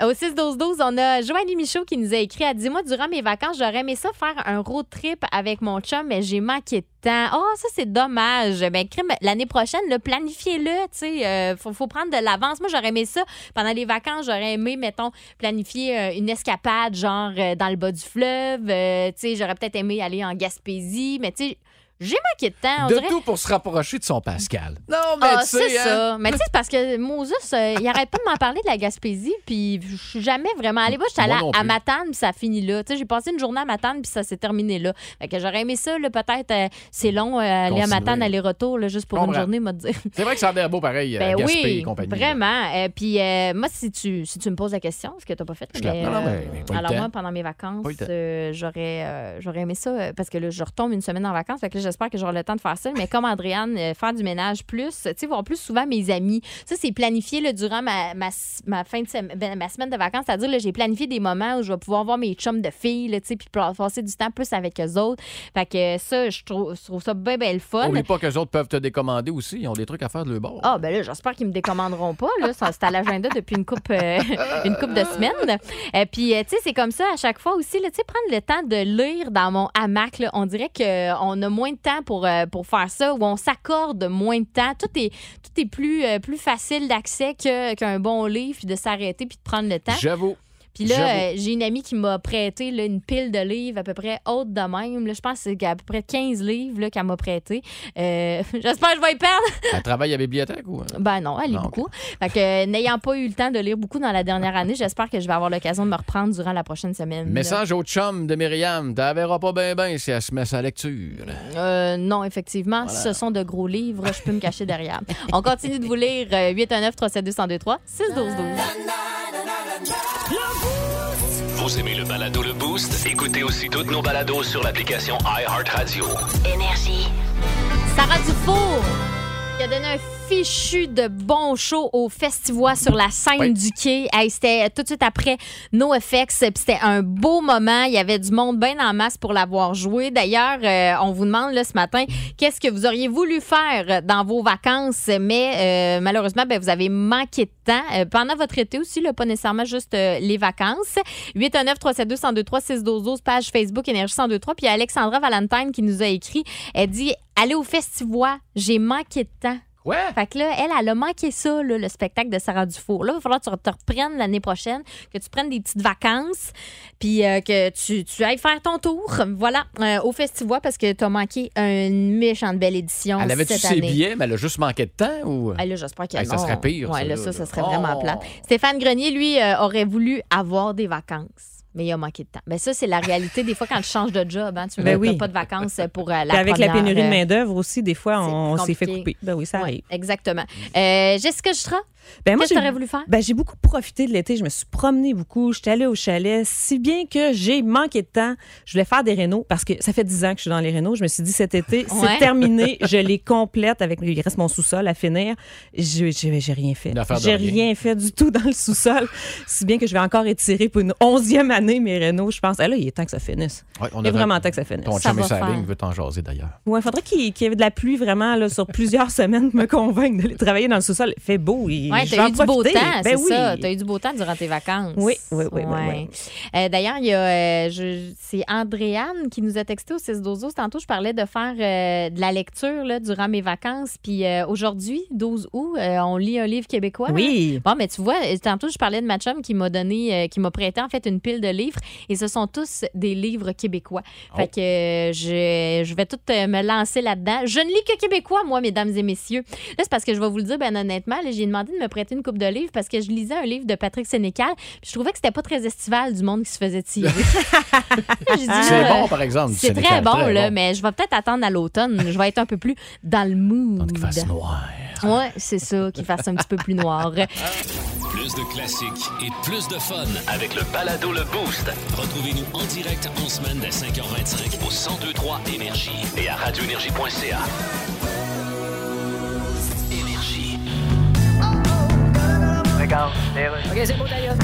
Speaker 8: Euh, Au 6-12-12, on a Joanie Michaud qui nous a écrit à Dis-moi, durant mes vacances, j'aurais aimé ça faire un road trip avec mon chum, mais j'ai manqué de temps. Oh, ça, c'est dommage. Ben, crime, l'année prochaine, le planifiez-le. Tu sais, euh, faut, faut prendre de l'avance. Moi, j'aurais aimé ça. Pendant les vacances, j'aurais aimé, mettons, planifier euh, une escapade, genre euh, dans le bas du fleuve. Euh, tu sais, j'aurais peut-être aimé aller en Gaspésie, mais tu sais, j'ai manqué de temps. On
Speaker 9: De
Speaker 8: dirait-
Speaker 9: tout pour se rapprocher de son Pascal. Non, mais
Speaker 8: ah,
Speaker 9: tu sais,
Speaker 8: c'est
Speaker 9: hein.
Speaker 8: ça. Mais tu sais, c'est parce que Moses, euh, il arrête pas de m'en parler de la Gaspésie, puis je suis jamais vraiment allée. Moi, je suis allée
Speaker 9: Moi
Speaker 8: à,
Speaker 9: non
Speaker 8: à
Speaker 9: plus.
Speaker 8: Matane, puis ça finit là. Tu sais, j'ai passé une journée à Matane, puis ça s'est terminé là. Fait que j'aurais aimé ça, là, peut-être. euh, c'est long, euh, aller à
Speaker 9: Continuer.
Speaker 8: Matane, aller-retour, là, juste pour une
Speaker 9: Comprends.
Speaker 8: journée, m'a dit.
Speaker 9: C'est vrai que ça a l'air beau pareil, euh,
Speaker 8: Ben
Speaker 9: Gaspé
Speaker 8: oui,
Speaker 9: et compagnie.
Speaker 8: vraiment. Euh, puis euh, moi, si tu, si tu me poses la question, ce que t'as pas fait,
Speaker 9: Je
Speaker 8: mais,
Speaker 9: la- non, non,
Speaker 8: euh,
Speaker 9: mais pas le
Speaker 8: alors
Speaker 9: temps.
Speaker 8: moi, pendant mes vacances,
Speaker 9: Pas le temps.
Speaker 8: euh, j'aurais euh, j'aurais aimé ça euh, parce que là, je retombe une semaine en vacances, fait que là, j'espère que j'aurai le temps de faire ça. Mais comme Andréane, euh, faire du ménage plus, tu sais, voir plus souvent mes amis. Ça, c'est planifié là, durant ma, ma, s- ma fin de semaine, ben, ma semaine de vacances. C'est-à-dire, là, j'ai planifié des moments où je vais pouvoir voir mes chums de filles, là, tu sais, puis pla- passer du temps plus avec eux autres. Fait que euh, ça, je trouve, je trouve ça bien, bien le fun.
Speaker 9: Oublie pas que les autres peuvent te décommander aussi. Ils ont des trucs à faire de leur bord.
Speaker 8: Ah, ben là, j'espère qu'ils me décommanderont pas. Là. Ça, C'est à l'agenda depuis une coupe, euh, une coupe de semaines. Et puis, euh, tu sais, c'est comme ça à chaque fois aussi. Là, tu sais, prendre le temps de lire dans mon hamac, là, on dirait qu'on a moins de temps pour, euh, pour faire ça ou on s'accorde moins de temps. Tout est, tout est plus, euh, plus facile d'accès que- qu'un bon livre, puis de s'arrêter, puis de prendre le temps.
Speaker 9: J'avoue.
Speaker 8: Puis là,
Speaker 9: J'avoue.
Speaker 8: euh, j'ai une amie qui m'a prêté là, une pile de livres à peu près haute de même. Là, je pense que c'est à peu près 15 livres là, qu'elle m'a prêté. Euh, (laughs) J'espère que je vais y perdre.
Speaker 9: Elle travaille à la bibliothèque ou. hein?
Speaker 8: Ben non, elle lit beaucoup. Fait que euh, n'ayant pas eu le temps de lire beaucoup dans la dernière année, j'espère que je vais avoir l'occasion de me reprendre durant la prochaine semaine. là.
Speaker 9: Message au chum de Myriam. T'en verras pas bien, ben si elle se met sa lecture.
Speaker 8: Euh, non, effectivement, ce sont de gros livres. Je peux me cacher derrière. On continue de vous lire. euh, 819 372 1023 6 12
Speaker 1: Vous aimez le balado Le Boost? Écoutez aussi toutes nos balados sur l'application iHeartRadio.
Speaker 8: Énergie. Sarah Dufour qui a donné un fichu de bon show au Festivois sur la scène
Speaker 16: Oui.
Speaker 8: du quai. Hey, c'était euh, tout de suite après NoFX. puis C'était un beau moment. Il y avait du monde bien en masse pour l'avoir joué. D'ailleurs, euh, on vous demande là, ce matin, qu'est-ce que vous auriez voulu faire euh, dans vos vacances? Mais euh, malheureusement, ben, vous avez manqué de temps. Euh, pendant votre été aussi, là, pas nécessairement juste euh, les vacances. 819 372 1023 612 page Facebook Énergie 1023. Puis il y a Alexandra Valentine qui nous a écrit. Elle dit Allez au Festivois, j'ai manqué de temps.
Speaker 9: Quoi?
Speaker 8: Fait que là, elle, elle a manqué ça, là, le spectacle de Sarah Dufour. Là, il va falloir que tu te reprennes l'année prochaine, que tu prennes des petites vacances, puis euh, que tu, tu ailles faire ton tour. Voilà, euh, au Festivois, parce que tu as manqué une méchante belle édition
Speaker 9: Elle avait-tu
Speaker 8: cette
Speaker 9: ses
Speaker 8: année.
Speaker 9: billets, mais elle a juste manqué de temps ou.
Speaker 8: Ah, là, j'espère qu'elle
Speaker 9: Hey, ça
Speaker 8: non.
Speaker 9: serait pire,
Speaker 8: Ouais,
Speaker 9: ça,
Speaker 8: là,
Speaker 9: là,
Speaker 8: ça,
Speaker 9: là.
Speaker 8: ça serait vraiment
Speaker 9: Oh.
Speaker 8: plate. Stéphane Grenier, lui, euh, aurait voulu avoir des vacances. Mais il a manqué de temps. Mais ça, c'est la réalité des fois quand tu changes de job. Hein, tu
Speaker 6: Ben
Speaker 8: n'as
Speaker 6: oui.
Speaker 8: pas de vacances pour euh, la
Speaker 6: Puis avec la
Speaker 8: première,
Speaker 6: pénurie de
Speaker 8: euh,
Speaker 6: main-d'œuvre aussi, des fois, on
Speaker 8: plus
Speaker 6: s'est fait
Speaker 8: compliqué.
Speaker 6: couper. Ben oui, ça arrive.
Speaker 8: Exactement. Euh, Jessica Jutra,
Speaker 6: Ben, moi,
Speaker 8: qu'est-ce que
Speaker 6: j'ai-
Speaker 8: t'aurais voulu faire?
Speaker 6: Ben, j'ai beaucoup profité de l'été. Je me suis promenée beaucoup. J'étais allée au chalet, si bien que j'ai manqué de temps. Je voulais faire des rénaux parce que ça fait 10 ans que je suis dans les rénaux. Je me suis dit cet
Speaker 8: (laughs)
Speaker 6: été,
Speaker 8: Ouais.
Speaker 6: c'est terminé. Je les complète avec. Il reste mon sous-sol à finir. Je- je- J'ai rien fait.
Speaker 9: D'affaire de
Speaker 6: J'ai
Speaker 9: rien.
Speaker 6: rien fait du tout dans le sous-sol. Si bien que je vais encore étirer pour une onzième année mes rénaux. Je pense, ah là, il est temps que ça finisse.
Speaker 9: Ouais, on
Speaker 6: il est
Speaker 9: devrait-
Speaker 6: vraiment temps que ça finisse.
Speaker 9: Ton chum et sa ligne veut t'en jaser d'ailleurs.
Speaker 6: Ouais, faudrait qu'il qu'il y ait de la pluie vraiment là, sur plusieurs (laughs) semaines pour me convaincre d'aller travailler dans le sous-sol. Il fait beau. Il,
Speaker 8: Ouais,
Speaker 6: je vais
Speaker 8: t'as
Speaker 6: en
Speaker 8: eu du beau
Speaker 6: profiter.
Speaker 8: temps,
Speaker 6: Ben
Speaker 8: c'est
Speaker 6: oui.
Speaker 8: ça. T'as eu du beau temps durant tes vacances.
Speaker 6: Oui, oui, oui, oui,
Speaker 8: Ouais. Euh, D'ailleurs, il y a, euh, je- c'est Andréane qui nous a texté au 6 12 12. Tantôt, je parlais de faire euh, de la lecture là, durant mes vacances. Puis euh, aujourd'hui, 12 août, euh, on lit un livre québécois.
Speaker 6: Oui.
Speaker 8: Bon, mais tu vois, euh, tantôt, je parlais de ma chum qui m'a donné, euh, qui m'a prêté en fait une pile de livres. Et ce sont tous des livres québécois. Fait
Speaker 16: Oh.
Speaker 8: que euh, je, je vais tout euh, me lancer là-dedans. Je ne lis que québécois, moi, mesdames et messieurs. Là, c'est parce que je vais vous le dire, ben honnêtement, là, j'ai demandé de me prêter une coupe de livres parce que je lisais un livre de Patrick Sénécal. puis je trouvais que c'était pas très estival du monde qui se faisait tirer.
Speaker 9: (laughs)
Speaker 8: J'ai dit, là,
Speaker 9: C'est
Speaker 8: euh,
Speaker 9: bon, par exemple, du
Speaker 8: C'est très
Speaker 9: Sénécal,
Speaker 8: bon,
Speaker 9: très
Speaker 8: là,
Speaker 9: bon.
Speaker 8: mais je vais peut-être attendre à l'automne. Je vais être un peu plus dans le mood.
Speaker 9: noir.
Speaker 8: Ouais, c'est ça, qu'il fasse un petit peu plus noir.
Speaker 1: Plus de classiques et plus de fun avec le balado Le Boost. Retrouvez-nous en direct en semaine dès 5h25 au 1023 Énergie et à radioénergie.ca.
Speaker 11: Regarde, les rues.
Speaker 14: OK, c'est beau, ta gueule.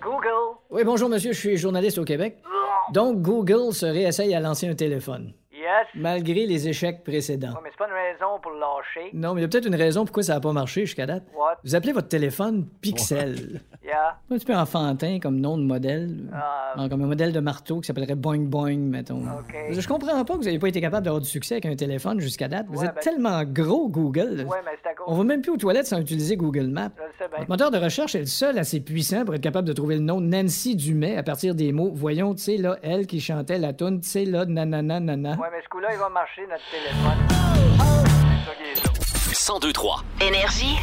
Speaker 11: Google.
Speaker 5: Oui, bonjour, monsieur, je suis journaliste au Québec. Donc, Google se réessaye à lancer un téléphone,
Speaker 11: Yes.
Speaker 5: malgré les échecs précédents.
Speaker 11: Ouais, mais c'est pas une raison pour lâcher.
Speaker 5: Non, mais il y a peut-être une raison pourquoi ça n'a pas marché jusqu'à date.
Speaker 11: What?
Speaker 5: Vous appelez votre téléphone Pixel.
Speaker 11: Yeah.
Speaker 5: Un petit peu enfantin comme nom de modèle.
Speaker 11: Ah.
Speaker 5: Non, Comme un modèle de marteau qui s'appellerait Boing Boing, mettons. Je comprends pas que vous n'ayez pas été capable d'avoir du succès avec un téléphone jusqu'à date. Vous
Speaker 11: Ouais,
Speaker 5: êtes
Speaker 11: ben-
Speaker 5: tellement gros, Google.
Speaker 11: Ouais, mais c'est à cause.
Speaker 5: On va même plus aux toilettes sans utiliser Google Maps.
Speaker 11: Je le sais bien.
Speaker 5: Votre moteur de recherche est le seul assez puissant pour être capable de trouver le nom de Nancy Dumais à partir des mots. Voyons, tu sais, là, elle qui chantait la toune, tu sais, là, nanana, nana.
Speaker 2: (laughs)
Speaker 11: Ouais, mais ce coup-là, il va marcher notre téléphone.
Speaker 1: 1023
Speaker 8: Énergie.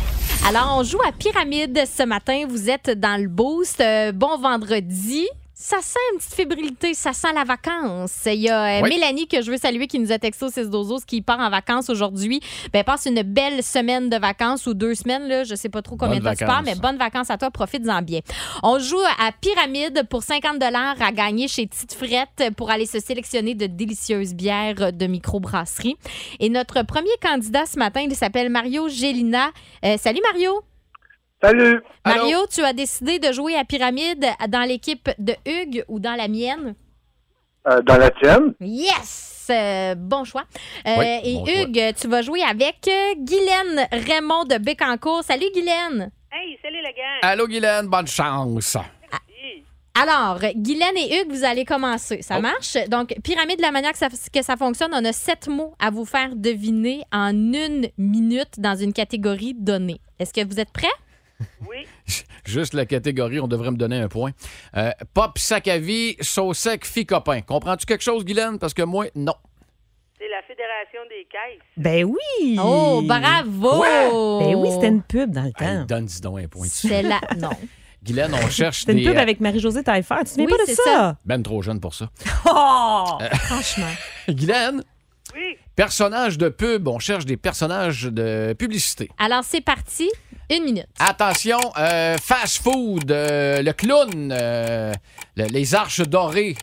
Speaker 8: Alors, on joue à Pyramide ce matin. Vous êtes dans le boost. Euh, bon vendredi. Ça sent une petite fébrilité, ça sent la vacance. Il y a euh,
Speaker 16: Oui.
Speaker 8: Mélanie que je veux saluer qui nous a texté au 6 qui part en vacances aujourd'hui. Ben, passe une belle semaine de vacances ou deux semaines, là, je sais pas trop combien de
Speaker 16: Bonnes
Speaker 8: temps tu pars,
Speaker 16: vacances.
Speaker 8: mais bonnes vacances à toi, profites-en bien. On joue à Pyramide pour 50 à gagner chez Tite Frette pour aller se sélectionner de délicieuses bières de microbrasserie. Et notre premier candidat ce matin, il s'appelle Mario Gélina. Euh, salut Mario!
Speaker 10: Salut!
Speaker 8: Mario, tu as décidé de jouer à Pyramide dans l'équipe de Hugues ou dans la mienne?
Speaker 10: Euh, dans la tienne?
Speaker 8: Yes! Euh, bon choix. Euh,
Speaker 10: Oui,
Speaker 8: et
Speaker 10: bon
Speaker 8: Hugues, tu vas jouer avec euh, Guylaine Raymond de Bécancourt. Salut Guylaine!
Speaker 7: Hey, salut le gang.
Speaker 9: Allô, Guylaine, bonne chance. (laughs)
Speaker 8: Alors, Guylaine et Hugues, vous allez commencer.
Speaker 10: Oh.
Speaker 8: Ça marche? Donc, pyramide de la manière que ça, que ça fonctionne, on a sept mots à vous faire deviner en une minute dans une catégorie donnée. Est-ce que vous êtes prêts?
Speaker 9: Juste la catégorie, on devrait me donner un point. Euh, pop, sac à vie, sauce sec, fille copain. Comprends-tu quelque chose, Guylaine? Parce que moi, non.
Speaker 7: C'est la Fédération des caisses.
Speaker 6: Ben oui!
Speaker 8: Oh, bravo!
Speaker 9: Quoi?
Speaker 6: Ben oui, c'était une pub dans le temps.
Speaker 9: Donne, dis donc un point.
Speaker 8: Ah. C'est la. Non. (laughs)
Speaker 9: Guylaine, on cherche
Speaker 6: C'était une
Speaker 9: des...
Speaker 17: euh,
Speaker 6: pub avec Marie-Josée Taillefer. Tu te souviens
Speaker 8: Oui,
Speaker 6: pas de
Speaker 8: c'est
Speaker 6: ça?
Speaker 8: ça.
Speaker 9: Ben trop jeune pour ça.
Speaker 6: (laughs) Oh!
Speaker 9: Euh,
Speaker 8: Franchement.
Speaker 9: Guylaine? Oui? Personnages de pub, on cherche des personnages de publicité.
Speaker 8: Alors, c'est parti. Une minute.
Speaker 9: Attention, euh, fast food, euh, le clown, euh, le- les arches dorées.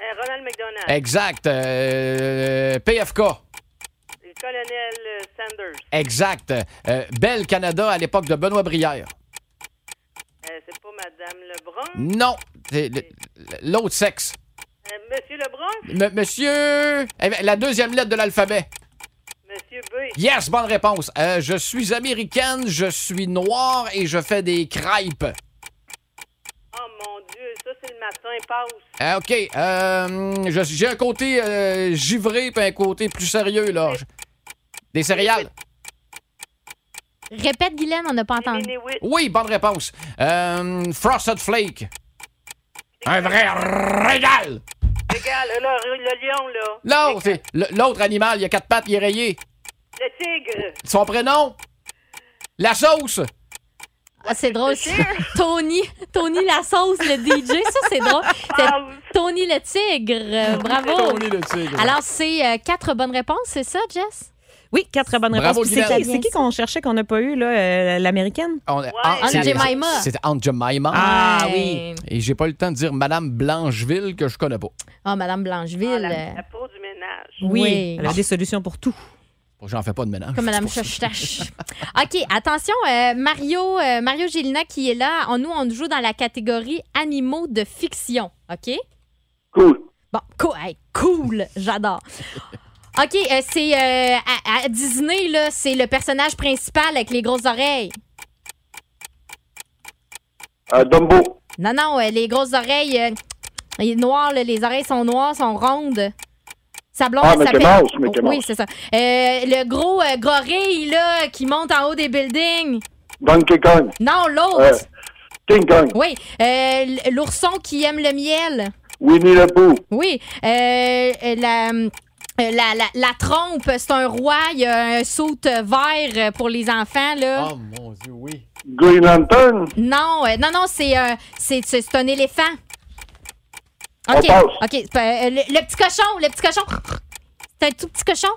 Speaker 7: Euh, Ronald McDonald.
Speaker 9: Exact. euh, PFK.
Speaker 7: Le colonel euh, Sanders.
Speaker 9: Exact. Euh, Belle Canada à l'époque de Benoît Brière.
Speaker 7: Euh, c'est pas Madame Lebrun.
Speaker 9: Non. c'est le- L'autre sexe.
Speaker 7: Euh, Monsieur Lebrun.
Speaker 9: M- monsieur. Eh bien, la deuxième lettre de l'alphabet.
Speaker 7: Monsieur B.
Speaker 9: Yes, bonne réponse. Euh, je suis américaine, je suis noire et je fais des crêpes.
Speaker 7: Oh mon Dieu, ça c'est le matin, passe.
Speaker 9: Ah, OK. euh, je- J'ai un côté euh, givré puis un côté plus sérieux, là. Je- Des céréales.
Speaker 8: Répète, Guylaine, on n'a pas entendu.
Speaker 9: Oui, bonne réponse. Euh, Frosted Flake.
Speaker 7: Euh,
Speaker 9: Un vrai régal.
Speaker 16: Regarde, là, le lion, là.
Speaker 9: L'autre, c'est- le- l'autre animal, il y a quatre pattes, il est rayé.
Speaker 16: Le tigre.
Speaker 9: Son prénom? La sauce.
Speaker 8: Ah, c'est drôle. Tony, Tony la sauce, le DJ, ça c'est drôle. C'est
Speaker 7: Ah,
Speaker 8: Tony le tigre, euh, bravo.
Speaker 6: Tony le tigre.
Speaker 8: Alors c'est euh, quatre bonnes réponses, c'est ça, Jess?
Speaker 6: Oui, quatre bonnes
Speaker 9: Bravo,
Speaker 6: réponses. Puis C'est
Speaker 9: Guylaine.
Speaker 6: qui, c'est qui qu'on cherchait qu'on n'a pas eu, là, euh, l'américaine?
Speaker 9: On- Aunt-
Speaker 6: Aunt
Speaker 9: c'est-
Speaker 6: Jemima.
Speaker 9: C'était Aunt Jemima.
Speaker 6: Ah, oui.
Speaker 9: Et j'ai pas eu le temps de dire Madame Blancheville que je connais pas.
Speaker 8: Ah, Madame Blancheville. la, euh.
Speaker 16: peau du ménage.
Speaker 8: Oui.
Speaker 9: elle a
Speaker 17: Ah.
Speaker 9: des
Speaker 6: solutions pour tout. (laughs)
Speaker 9: J'en fais pas de ménage.
Speaker 8: Comme Madame Chochetache. (laughs) OK, attention, euh, Mario, euh, Mario Gélina qui est là. En, nous, on joue dans la catégorie animaux de fiction. OK?
Speaker 10: Cool.
Speaker 8: Bon, cool. cool. J'adore. OK, euh, c'est euh, à, à Disney, là, c'est le personnage principal avec les grosses oreilles.
Speaker 10: Euh, Dumbo.
Speaker 8: Non, non, euh, les grosses oreilles euh, il est noir, là, les oreilles sont noires, sont rondes. Sa blonde,
Speaker 10: Ah,
Speaker 8: elle
Speaker 10: Mickey
Speaker 8: s'appelle-
Speaker 10: Mouse, Mickey
Speaker 8: Oui,
Speaker 10: Mouse.
Speaker 8: c'est ça. Euh, le gros euh, gorille, là, qui monte en haut des buildings.
Speaker 10: Donkey Kong.
Speaker 8: Non, l'autre.
Speaker 10: Euh, King Kong.
Speaker 8: Oui. Euh, l- L'ourson qui aime le miel.
Speaker 10: Winnie le Pooh.
Speaker 8: Oui. Euh, euh, la, euh, la, la- la trompe, c'est un roi. Il y a un saute vert pour les enfants.
Speaker 10: Ah.
Speaker 8: Là.
Speaker 9: mon Dieu, oui.
Speaker 10: Green Lantern.
Speaker 8: Non, euh, non, non, c'est euh, c'est c'est- c'est un éléphant.
Speaker 10: On
Speaker 8: OK.
Speaker 10: passe.
Speaker 8: OK. c'est pas- euh, Le, le petit cochon, le petit cochon. C'est un tout petit cochon.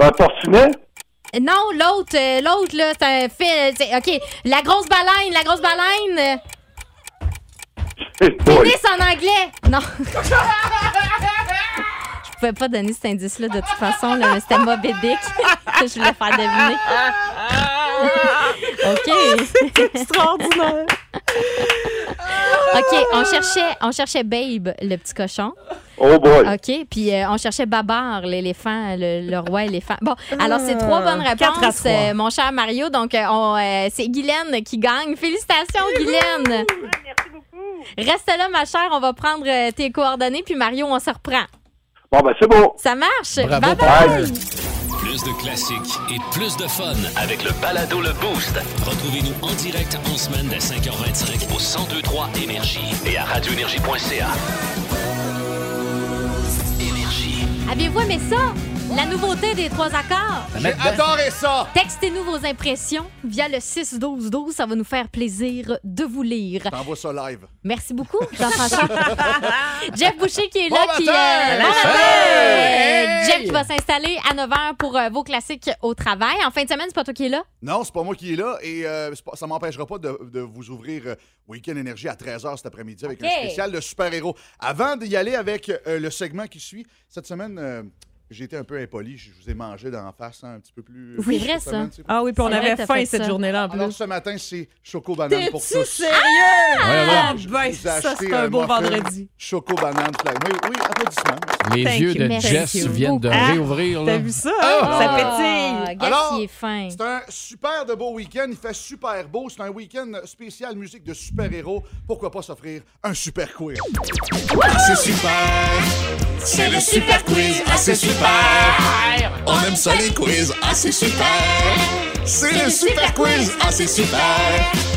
Speaker 10: Euh, Portinet. (laughs)
Speaker 8: Euh, Non, l'autre, euh, l'autre, là, c'est un fil. c'est- OK. La grosse baleine, la grosse baleine. euh, Pénis en anglais. Non. (laughs) Je pouvais pas donner cet indice-là de toute façon, là, mais c'était Moby (laughs) Dick. Je voulais faire deviner. (laughs) OK.
Speaker 6: C'est extraordinaire.
Speaker 8: OK, on cherchait, on cherchait Babe, le petit cochon.
Speaker 10: Oh boy.
Speaker 8: OK, puis euh, on cherchait Babar, l'éléphant, le, le roi éléphant. Bon, alors c'est trois bonnes
Speaker 6: Ah, Quatre à
Speaker 8: réponses,
Speaker 6: trois.
Speaker 8: euh, mon cher Mario. Donc, euh, on, euh, c'est Guylaine qui gagne. Félicitations, Guylaine. Reste là, ma chère. On va prendre euh, tes coordonnées, puis Mario, on se reprend.
Speaker 10: Bon, ben, c'est bon.
Speaker 8: Ça marche?
Speaker 1: Bravo,
Speaker 8: bye bye!
Speaker 1: Paul. Plus de classiques et plus de fun avec le balado Le Boost. Retrouvez-nous en direct en semaine dès 5h25 au 1023 Énergie et à radioénergie.ca.
Speaker 8: Avez-vous aimé ça? La nouveauté des trois accords?
Speaker 9: J'ai adoré ça!
Speaker 8: Textez-nous vos impressions via le 6-12-12. Ça va nous faire plaisir de vous lire.
Speaker 17: T'envoies ça live.
Speaker 8: Merci beaucoup,
Speaker 17: (laughs)
Speaker 8: Jean-François. Jeff Boucher qui est là.
Speaker 17: Bon
Speaker 8: qui, euh,
Speaker 17: matin!
Speaker 8: bon
Speaker 17: Hey!
Speaker 8: matin! Euh,
Speaker 17: Hey!
Speaker 8: Jeff qui va s'installer à 9h pour euh, vos classiques au travail. En fin de semaine, c'est pas toi qui es là?
Speaker 17: Non, c'est pas moi qui est là et euh, c'est pas- ça m'empêchera pas de, de vous ouvrir euh, Week-end Énergie à 13h cet après-midi avec
Speaker 8: OK.
Speaker 17: un spécial de super-héros. Avant d'y aller avec euh, le segment qui suit, cette semaine, euh, j'ai été un peu impoli. Je vous ai mangé d'en face hein, un petit peu plus.
Speaker 6: Oui,
Speaker 17: cette
Speaker 6: vrai, ça.
Speaker 17: semaine, c'est-
Speaker 6: Ah oui, puis on C'est avait vrai que t'as faim fait cette ça. journée-là, en
Speaker 17: Alors
Speaker 6: plus.
Speaker 17: ce matin, c'est Choco Banane pour
Speaker 6: T'es-tu
Speaker 17: tous.
Speaker 6: sérieux?
Speaker 17: Ah,
Speaker 6: Ah,
Speaker 17: Je
Speaker 6: ben,
Speaker 17: vous ai
Speaker 6: ça,
Speaker 17: acheté
Speaker 6: c'est un beau
Speaker 17: muffin
Speaker 6: vendredi.
Speaker 17: Choco Banane flag. Oui, oui, applaudissements.
Speaker 9: Les Thank yeux you. de Merci Jess beaucoup. viennent de
Speaker 17: Ah,
Speaker 9: réouvrir, là.
Speaker 17: t'as vu
Speaker 6: ça,
Speaker 17: Ah!
Speaker 6: Ça pétille.
Speaker 8: gars, Oh, il est fin.
Speaker 17: C'est un super de beau week-end. Il fait super beau. C'est un week-end spécial musique de super-héros. Pourquoi pas s'offrir un super quiz?
Speaker 2: C'est super! C'est le super quiz, ah c'est super!
Speaker 9: Ah,
Speaker 2: On aime ça les quiz, ah c'est super! C'est le super quiz, ah c'est super!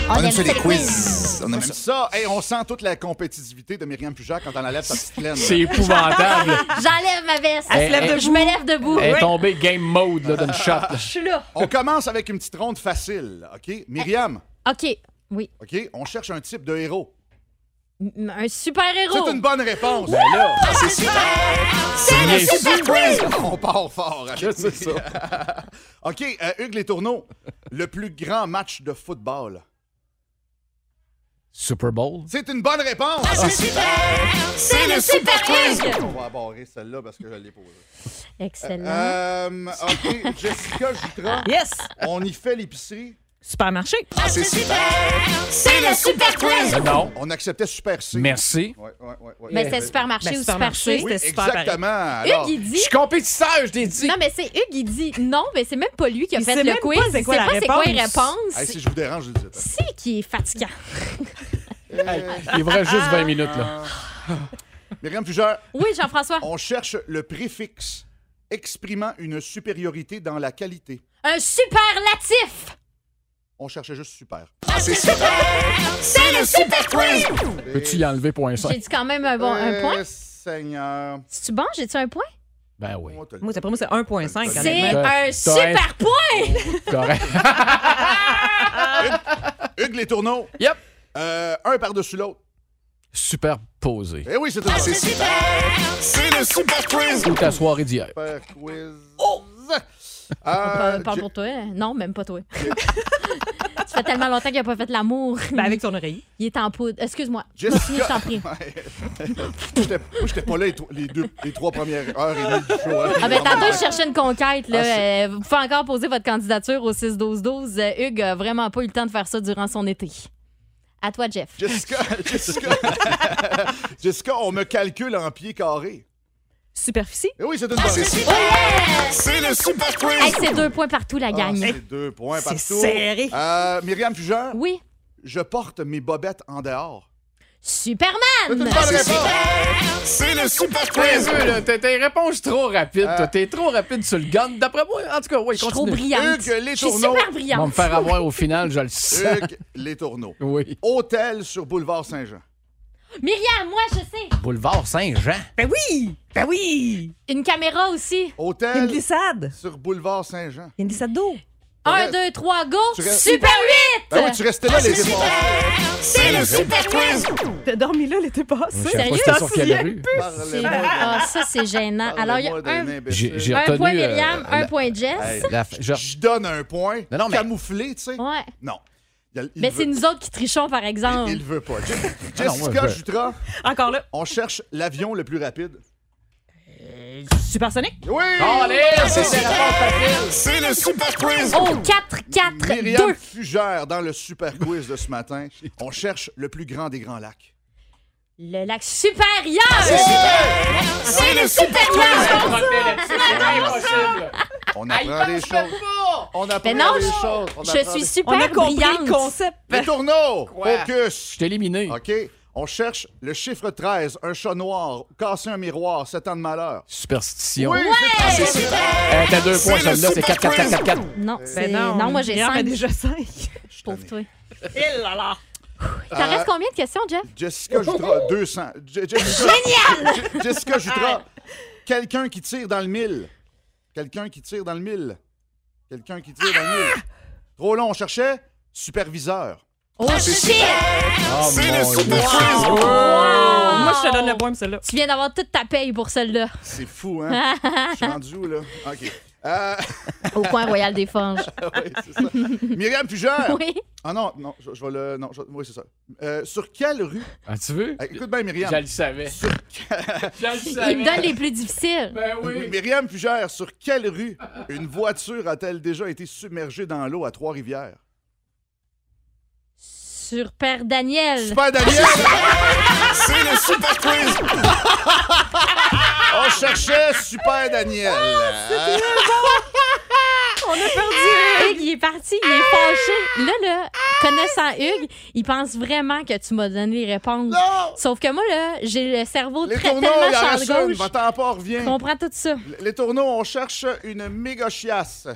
Speaker 2: On aime ça les quiz!
Speaker 17: On aime ça. Hey, on sent toute la compétitivité de Myriam Pujac quand elle enlève sa petite laine.
Speaker 9: C'est épouvantable.
Speaker 2: (laughs)
Speaker 8: J'enlève ma veste.
Speaker 17: Elle se lève
Speaker 8: Je me lève debout.
Speaker 9: Elle est
Speaker 8: Oui.
Speaker 9: tombée game mode là, d'une shot. là.
Speaker 8: Je suis là.
Speaker 17: On commence avec une petite ronde facile, OK? Myriam,
Speaker 8: OK. Oui.
Speaker 17: OK? On cherche un type de héros.
Speaker 8: M- Un super héros.
Speaker 17: C'est une bonne réponse.
Speaker 8: Ben là.
Speaker 17: Ah, c'est super.
Speaker 8: C'est le super quiz.
Speaker 17: On part fort. C'est ça. OK, euh, Hugues Les Tourneaux, (laughs) le plus grand match de football.
Speaker 9: Super Bowl.
Speaker 17: C'est une bonne réponse.
Speaker 9: Ah, c'est super. C'est le super quiz.
Speaker 17: On va aborder celle-là parce que je l'ai posée.
Speaker 8: Excellent.
Speaker 17: Euh, OK, Jessica (laughs) Jutras.
Speaker 8: Ah!
Speaker 6: Yes.
Speaker 17: On y fait l'épicerie.
Speaker 6: Supermarché. Ben,
Speaker 17: Ah, c'est super. C'est
Speaker 8: le super quiz.
Speaker 9: Euh, Non.
Speaker 17: On acceptait super C.
Speaker 9: Merci.
Speaker 17: Ouais, ouais, ouais, ouais.
Speaker 8: Mais c'était supermarché
Speaker 17: Ben,
Speaker 8: ou supermarché.
Speaker 17: Oui, Exactement. Alors,
Speaker 8: Hugues, il dit.
Speaker 9: Je suis compétiteur, je t'ai dit.
Speaker 8: Non, mais c'est Hugues, il dit non, mais c'est même pas lui qui a
Speaker 6: Il
Speaker 8: fait
Speaker 6: sait
Speaker 8: le
Speaker 6: même
Speaker 8: quiz.
Speaker 6: pas c'est quoi
Speaker 8: il sait
Speaker 6: la
Speaker 8: pas c'est quoi les
Speaker 6: réponse.
Speaker 8: réponses.
Speaker 17: Hey, si je vous dérange, je le dis.
Speaker 8: C'est qui est fatigant.
Speaker 17: Euh,
Speaker 9: Il vrai juste 20 minutes là.
Speaker 17: Myriam Fugère,
Speaker 8: Oui, Jean-François.
Speaker 17: on cherche le préfixe exprimant une supériorité dans la qualité.
Speaker 8: Un superlatif!
Speaker 17: On cherchait juste super.
Speaker 2: Ah, c'est super! C'est le super quiz!
Speaker 9: Peux-tu y enlever point
Speaker 8: J'ai
Speaker 9: 5?
Speaker 8: dit quand même un, bon, un
Speaker 17: Eh,
Speaker 8: point.
Speaker 17: Seigneur.
Speaker 8: C'est-tu bon? J'ai-tu un point?
Speaker 9: Ben oui.
Speaker 6: Moi, d'après moi, c'est 1,5.
Speaker 8: C'est
Speaker 6: honnêtement.
Speaker 8: un super point!
Speaker 9: Correct.
Speaker 17: Hugues Les Tourneaux.
Speaker 9: Yep.
Speaker 17: un par-dessus l'autre.
Speaker 9: Superposé.
Speaker 17: Eh oui, c'est Ah, c'est super! C'est le super quiz!
Speaker 9: Ou ta soirée d'hier.
Speaker 17: Super quiz.
Speaker 8: Oh!
Speaker 17: Euh,
Speaker 8: Parle- Parle pour toi. hein. Non, même pas toi. (laughs) Ça fait tellement longtemps qu'il n'a pas fait l'amour.
Speaker 6: Ben, avec son oreille.
Speaker 8: Il est en poudre. Excuse-moi.
Speaker 17: Jessica-
Speaker 8: Continue, je t'en
Speaker 17: (laughs)
Speaker 8: prie.
Speaker 17: J'étais- Moi, j'étais pas là les, trois- les deux, les trois premières heures et demie du show. hein.
Speaker 8: Ah ben tantôt, je cherchais une conquête. Là.
Speaker 17: Ah, c'est-
Speaker 8: Euh, vous pouvez encore poser votre candidature au 6-12-12. Euh, Hugues a vraiment pas eu le temps de faire ça durant son été. À toi, Jeff.
Speaker 2: (laughs)
Speaker 17: Jessica, Jessica, (laughs) Jessica, on me calcule en pieds carrés.
Speaker 6: Superficie?
Speaker 17: Eh oui, c'est une
Speaker 2: Ah,
Speaker 17: bonne
Speaker 2: c'est
Speaker 17: réponse.
Speaker 2: super!
Speaker 17: C'est le super quiz!
Speaker 8: Hey, c'est deux points partout, la
Speaker 17: Ah,
Speaker 8: gagne.
Speaker 17: c'est deux points
Speaker 8: C'est
Speaker 17: partout.
Speaker 8: serré.
Speaker 17: Euh, Myriam Fugère.
Speaker 8: Oui.
Speaker 17: Je porte mes bobettes en dehors.
Speaker 8: Superman!
Speaker 2: Ah, c'est super! C'est le super quiz!
Speaker 9: T'as là, t'as- t'as une réponse trop rapide.
Speaker 2: Euh.
Speaker 9: toi. T'es trop rapide sur le gun. D'après moi, en tout cas, oui,
Speaker 2: Je suis trop
Speaker 9: continue.
Speaker 2: brillante. Hugues Les Je suis Tourneaux. super brillante.
Speaker 9: Ils vont me faire avoir au final, je le sais.
Speaker 17: Hugues Les Tourneaux.
Speaker 9: Oui.
Speaker 17: Hôtel sur boulevard Saint-Jean.
Speaker 8: Myriam, moi, je sais.
Speaker 9: Boulevard Saint-Jean.
Speaker 6: Ben oui! Ben oui!
Speaker 8: Une caméra aussi.
Speaker 17: Hôtel.
Speaker 6: Une glissade.
Speaker 17: Sur boulevard Saint-Jean.
Speaker 6: Une glissade d'eau.
Speaker 8: 1, 2, 3, go!
Speaker 17: Tu restes-
Speaker 8: Super 8!
Speaker 17: Ben oui, tu restais
Speaker 8: Ah,
Speaker 17: là, les étoiles.
Speaker 2: C'est le super quiz!
Speaker 6: T'as dormi là l'été passé?
Speaker 9: Je savais pas c'était sur quelle rue.
Speaker 8: C'est vrai. Ah, ça, c'est gênant. Alors, il y a un,
Speaker 9: J'ai j'ai
Speaker 8: un
Speaker 9: retenu.
Speaker 8: point
Speaker 9: euh,
Speaker 8: Myriam, un
Speaker 9: la-
Speaker 8: point Jess.
Speaker 9: la- je-
Speaker 17: Je donne un point. Camouflé, tu sais.
Speaker 8: Ouais.
Speaker 17: Non. Il- il
Speaker 8: Mais
Speaker 17: veut-
Speaker 8: c'est nous autres qui trichons, par exemple.
Speaker 17: Il veut
Speaker 9: (laughs)
Speaker 17: pas. Je-
Speaker 9: Ah non, moi,
Speaker 17: Jessica
Speaker 9: je-
Speaker 17: Jutras.
Speaker 6: Encore là.
Speaker 17: On cherche l'avion le plus rapide.
Speaker 18: Euh,
Speaker 6: Supersonic?
Speaker 17: Oui!
Speaker 9: Ah,
Speaker 2: Allez, c'est
Speaker 17: C'est
Speaker 2: super!
Speaker 17: rapide.
Speaker 2: C'est le super quiz!
Speaker 8: Oh, 4, 4,
Speaker 17: Myriam
Speaker 8: 2.
Speaker 17: Fugère, dans le super quiz de ce matin, on cherche le plus grand des grands lacs.
Speaker 8: Le lac supérieur!
Speaker 2: C'est super! C'est le super
Speaker 8: supérieur!
Speaker 17: On apprend des choses. On apprend
Speaker 8: Mais non,
Speaker 17: des
Speaker 8: je-
Speaker 17: choses. On
Speaker 8: je
Speaker 17: apprend
Speaker 8: suis
Speaker 17: des-
Speaker 8: super On a compris brillante. le concept.
Speaker 17: Les tourneaux!
Speaker 9: Quoi?
Speaker 17: Focus!
Speaker 9: Je t'ai éliminé.
Speaker 17: OK. On cherche le chiffre 13, un chat noir, casser un miroir, 7 ans de malheur.
Speaker 9: Superstition.
Speaker 17: Oui, c'est
Speaker 9: Eh,
Speaker 17: ça, c'est super!
Speaker 9: T'as deux
Speaker 17: C'est
Speaker 9: points,
Speaker 17: le
Speaker 9: celle-là, c'est
Speaker 17: super
Speaker 9: 4, 4, 4, 4, 4.
Speaker 8: Non,
Speaker 18: Ben
Speaker 8: c'est... non. moi, j'ai
Speaker 6: Ben Myriam a
Speaker 8: 5.
Speaker 6: déjà 5.
Speaker 8: Je trouve, toi.
Speaker 6: Il là là.
Speaker 8: T'en
Speaker 17: Euh,
Speaker 8: restes combien de questions, Jeff?
Speaker 17: Jessica
Speaker 8: (laughs)
Speaker 17: Jutras, 200. Je- Jessica-
Speaker 8: Génial!
Speaker 17: Je- Jessica Jutras, quelqu'un qui tire dans le mille. Quelqu'un qui tire dans le mille. Quelqu'un qui tire dans le mille.
Speaker 8: Ah!
Speaker 17: Trop long, on cherchait superviseur.
Speaker 8: Oh, shit!
Speaker 9: Oh,
Speaker 2: C'est le super quiz!
Speaker 6: (laughs) Moi, je te donne
Speaker 18: Oh.
Speaker 6: le point pour celle-là.
Speaker 8: Tu viens d'avoir toute ta paye pour celle-là.
Speaker 17: C'est fou, hein?
Speaker 8: (laughs)
Speaker 17: Je suis rendu où, là? OK. Euh,
Speaker 8: Au coin Royal
Speaker 17: (laughs)
Speaker 8: des Forges.
Speaker 17: oui, c'est ça. Myriam Fugère.
Speaker 8: Oui.
Speaker 17: Ah non, non, je, je vais le. Non, je- oui, c'est ça. Euh, sur quelle rue?
Speaker 9: As-tu vu?
Speaker 17: Eh, écoute bien, Myriam.
Speaker 9: Ah, Je le savais.
Speaker 17: Sur-
Speaker 8: Il me donne les plus difficiles.
Speaker 17: Myriam Fugère, sur quelle rue une voiture a-t-elle déjà été submergée dans l'eau à Trois-Rivières?
Speaker 8: Sur Père Daniel.
Speaker 17: Super Daniel!
Speaker 2: C'est le super quiz!
Speaker 17: On cherchait Super Daniel.
Speaker 6: On a
Speaker 8: perdu Hugues, il est parti, il est fâché. Là, là, connaissant Hugues, il pense vraiment que tu m'as donné les réponses. Sauf que moi, là, j'ai le cerveau
Speaker 17: Les
Speaker 8: très
Speaker 17: tourneaux,
Speaker 8: tellement
Speaker 17: il y en
Speaker 8: sur
Speaker 17: reste
Speaker 8: le
Speaker 17: une.
Speaker 8: gauche.
Speaker 17: Va-t'en pas, reviens.
Speaker 8: Je comprends tout ça.
Speaker 17: Les tourneaux, on cherche une méga chiasse.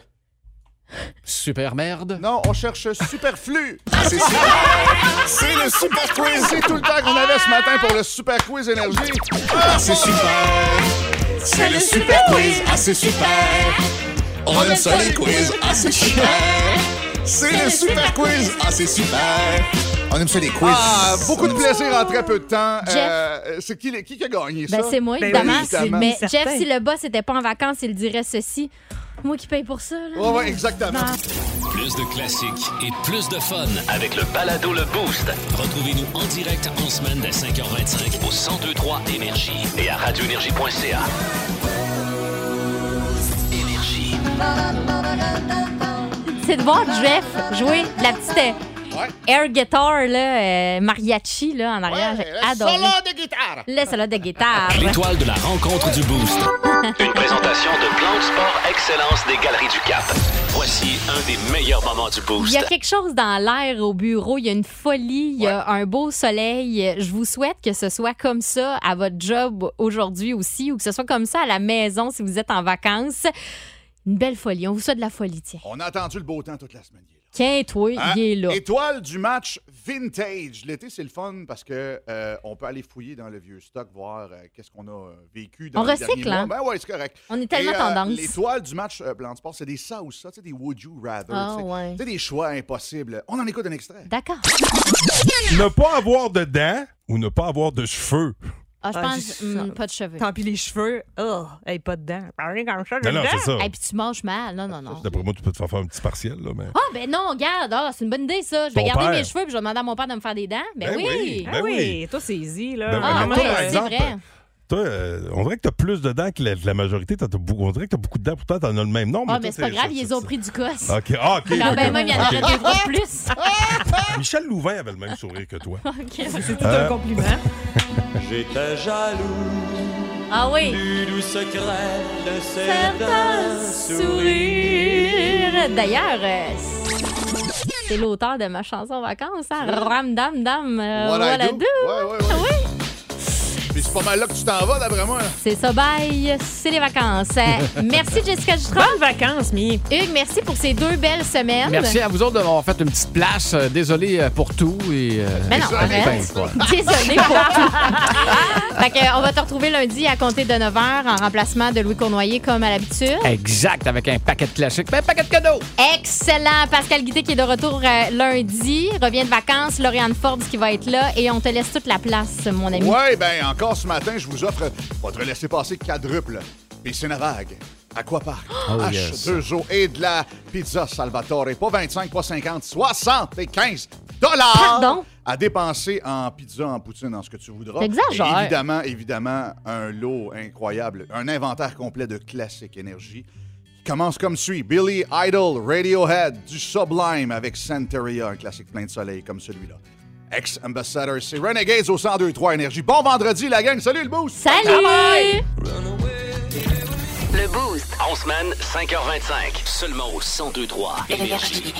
Speaker 9: Super merde.
Speaker 17: Non, on cherche superflu.
Speaker 2: C'est super! C'est le super quiz!
Speaker 17: C'est tout le temps qu'on avait ce matin pour le super quiz énergie.
Speaker 2: Ah, c'est super! C'est le super quiz! Ah, c'est super! On aime ça les quiz! Ah, c'est super! C'est le super quiz! Ah, c'est super! On aime ça les quiz!
Speaker 17: Ah, beaucoup de plaisir en très peu de temps.
Speaker 8: Jeff.
Speaker 17: Euh, c'est qui, les- qui qui a gagné ça?
Speaker 8: Ben, c'est moi,
Speaker 17: Ben
Speaker 8: évidemment.
Speaker 17: oui,
Speaker 8: Mais
Speaker 17: évidemment.
Speaker 8: Jeff, si le boss n'était pas en vacances, il dirait ceci. Moi qui paye pour ça. Là.
Speaker 17: Ouais, ouais, exactement.
Speaker 1: Plus de classiques et plus de fun avec le balado Le Boost. Retrouvez-nous en direct en semaine dès 5h25 au 1023 Énergie et à radioénergie.ca. Énergie.
Speaker 8: C'est de voir Jeff jouer de la petite euh, air guitar, là, euh, mariachi là, en arrière. Ah, J'ai adoré.
Speaker 2: de guitare!
Speaker 8: Le solo de guitare.
Speaker 1: L'étoile de la rencontre du Boost. Une présentation de Plan de Sport Excellence des Galeries du Cap. Voici un des meilleurs moments du
Speaker 8: Il
Speaker 1: boost.
Speaker 8: y a quelque chose dans l'air au bureau, il y a une folie, il y a un beau soleil. Je vous souhaite que ce soit comme ça à votre job aujourd'hui aussi ou que ce soit comme ça à la maison si vous êtes en vacances. Une belle folie, on vous souhaite de la folie, tiens.
Speaker 17: On a attendu le beau temps toute la semaine.
Speaker 8: Tiens, toi,
Speaker 17: Hein?
Speaker 8: il est là.
Speaker 17: Étoile du match vintage. L'été, c'est le fun parce que euh, on peut aller fouiller dans le vieux stock, voir euh, qu'est-ce qu'on a euh, vécu dans
Speaker 8: On
Speaker 17: les
Speaker 8: recycle,
Speaker 17: derniers
Speaker 8: hein?
Speaker 17: mois. Ben ouais, c'est correct.
Speaker 8: On est tellement
Speaker 17: Et, euh,
Speaker 8: tendance.
Speaker 17: L'étoile du match euh, plan de sport, c'est des ça ou ça, tu sais, des would you rather.
Speaker 8: Ah,
Speaker 17: tu sais.
Speaker 8: ouais.
Speaker 17: Tu sais, des choix impossibles. On en écoute un extrait.
Speaker 8: D'accord.
Speaker 18: Ne pas avoir de dents ou ne pas avoir de cheveux.
Speaker 8: Ah, je
Speaker 6: Ah,
Speaker 8: pense,
Speaker 6: j'ai-
Speaker 8: hum, pas de cheveux.
Speaker 6: Tant pis les cheveux. Oh, hey, pas dedans. Ben Parlez comme ça,
Speaker 18: Non, non,
Speaker 6: dedans.
Speaker 18: c'est ça.
Speaker 8: Et puis tu manges mal. Non, non, non.
Speaker 18: D'après moi, tu peux te faire faire un petit partiel, là, mais.
Speaker 8: Ah, ben non, regarde, ah, c'est une bonne idée, ça. Je vais
Speaker 18: Ton
Speaker 8: garder
Speaker 18: père.
Speaker 8: mes cheveux puis je vais demander à mon père de me faire des dents. Ben,
Speaker 18: Ben
Speaker 8: oui.
Speaker 18: oui, ben
Speaker 8: Ah
Speaker 18: oui.
Speaker 6: Toi, c'est easy, là.
Speaker 18: Ben,
Speaker 8: Ah,
Speaker 18: mais
Speaker 8: ouais,
Speaker 18: toi, par
Speaker 8: c'est
Speaker 18: exemple,
Speaker 8: vrai.
Speaker 18: Toi, euh, on dirait que t'as plus de dents que la, que la majorité. T'as- t'as beaucoup- on dirait que t'as beaucoup de dents, pourtant t'en as le même nombre.
Speaker 8: Ah,
Speaker 18: toi,
Speaker 8: mais c'est pas grave,
Speaker 18: c'est-
Speaker 8: ils ont pris du gosse.
Speaker 18: OK, ah, OK.
Speaker 8: Quand ben
Speaker 18: OK,
Speaker 8: même, il y en
Speaker 18: OK.
Speaker 8: aurait deux gros de plus.
Speaker 18: Michel Louvain avait le même sourire que toi.
Speaker 8: C'est
Speaker 18: tout un Euh.
Speaker 8: compliment.
Speaker 6: hein.
Speaker 18: J'étais jaloux.
Speaker 8: Ah oui.
Speaker 19: Du doux secret de
Speaker 8: Certains sourires. D'ailleurs, euh, c'est l'auteur de ma chanson Vacances, hein? Ram Dam Dam. euh,
Speaker 17: What I
Speaker 8: What I
Speaker 17: do.
Speaker 8: do. Oui.
Speaker 17: Puis c'est pas mal là que tu t'en vas, d'après moi. là.
Speaker 8: C'est ça, bye. C'est les vacances. Euh, merci, Jessica Jutras. Bonnes vacances, Mie. Hugues, merci pour ces deux belles semaines.
Speaker 9: Merci à vous autres d'avoir fait une petite place. Euh, Désolé euh, pour tout. Et, euh,
Speaker 8: Mais non,
Speaker 9: c'est
Speaker 8: arrête.
Speaker 9: bien, quoi.
Speaker 8: Désolée pour tout. fait que, euh, on va te retrouver lundi à compter de 9h en remplacement de Louis Cournoyer comme à l'habitude.
Speaker 9: Exact, avec un paquet de classiques. Ben, un paquet de cadeaux.
Speaker 8: Excellent. Pascal Guité qui est de retour euh, lundi, revient de vacances. Lauriane Forbes qui va être là et on te laisse toute la place, mon ami.
Speaker 17: Ouais, ben encore ce matin, je vous offre euh, votre laissez-passer quadruple. Piscine à vague, aquapark,
Speaker 9: (gasps) Oh,
Speaker 17: H2O et de la pizza Salvatore. Pas 25, pas 50, 75 dollars
Speaker 8: Pardon?
Speaker 17: à dépenser en (laughs) pizza, en poutine, en ce que tu voudras.
Speaker 8: T'exagères.
Speaker 17: Et Évidemment, évidemment, un lot incroyable, un inventaire complet de classique énergie. Commence comme suit. Billy Idol, Radiohead, du Sublime avec Santeria, un classique plein de soleil comme celui-là. Ex-Ambassador, c'est Renegades au 102-3 Énergie. Bon vendredi, la gang. Salut le boost!
Speaker 8: Salut!
Speaker 1: Le boost. En semaine, 5h25. Seulement au 1023 Énergie.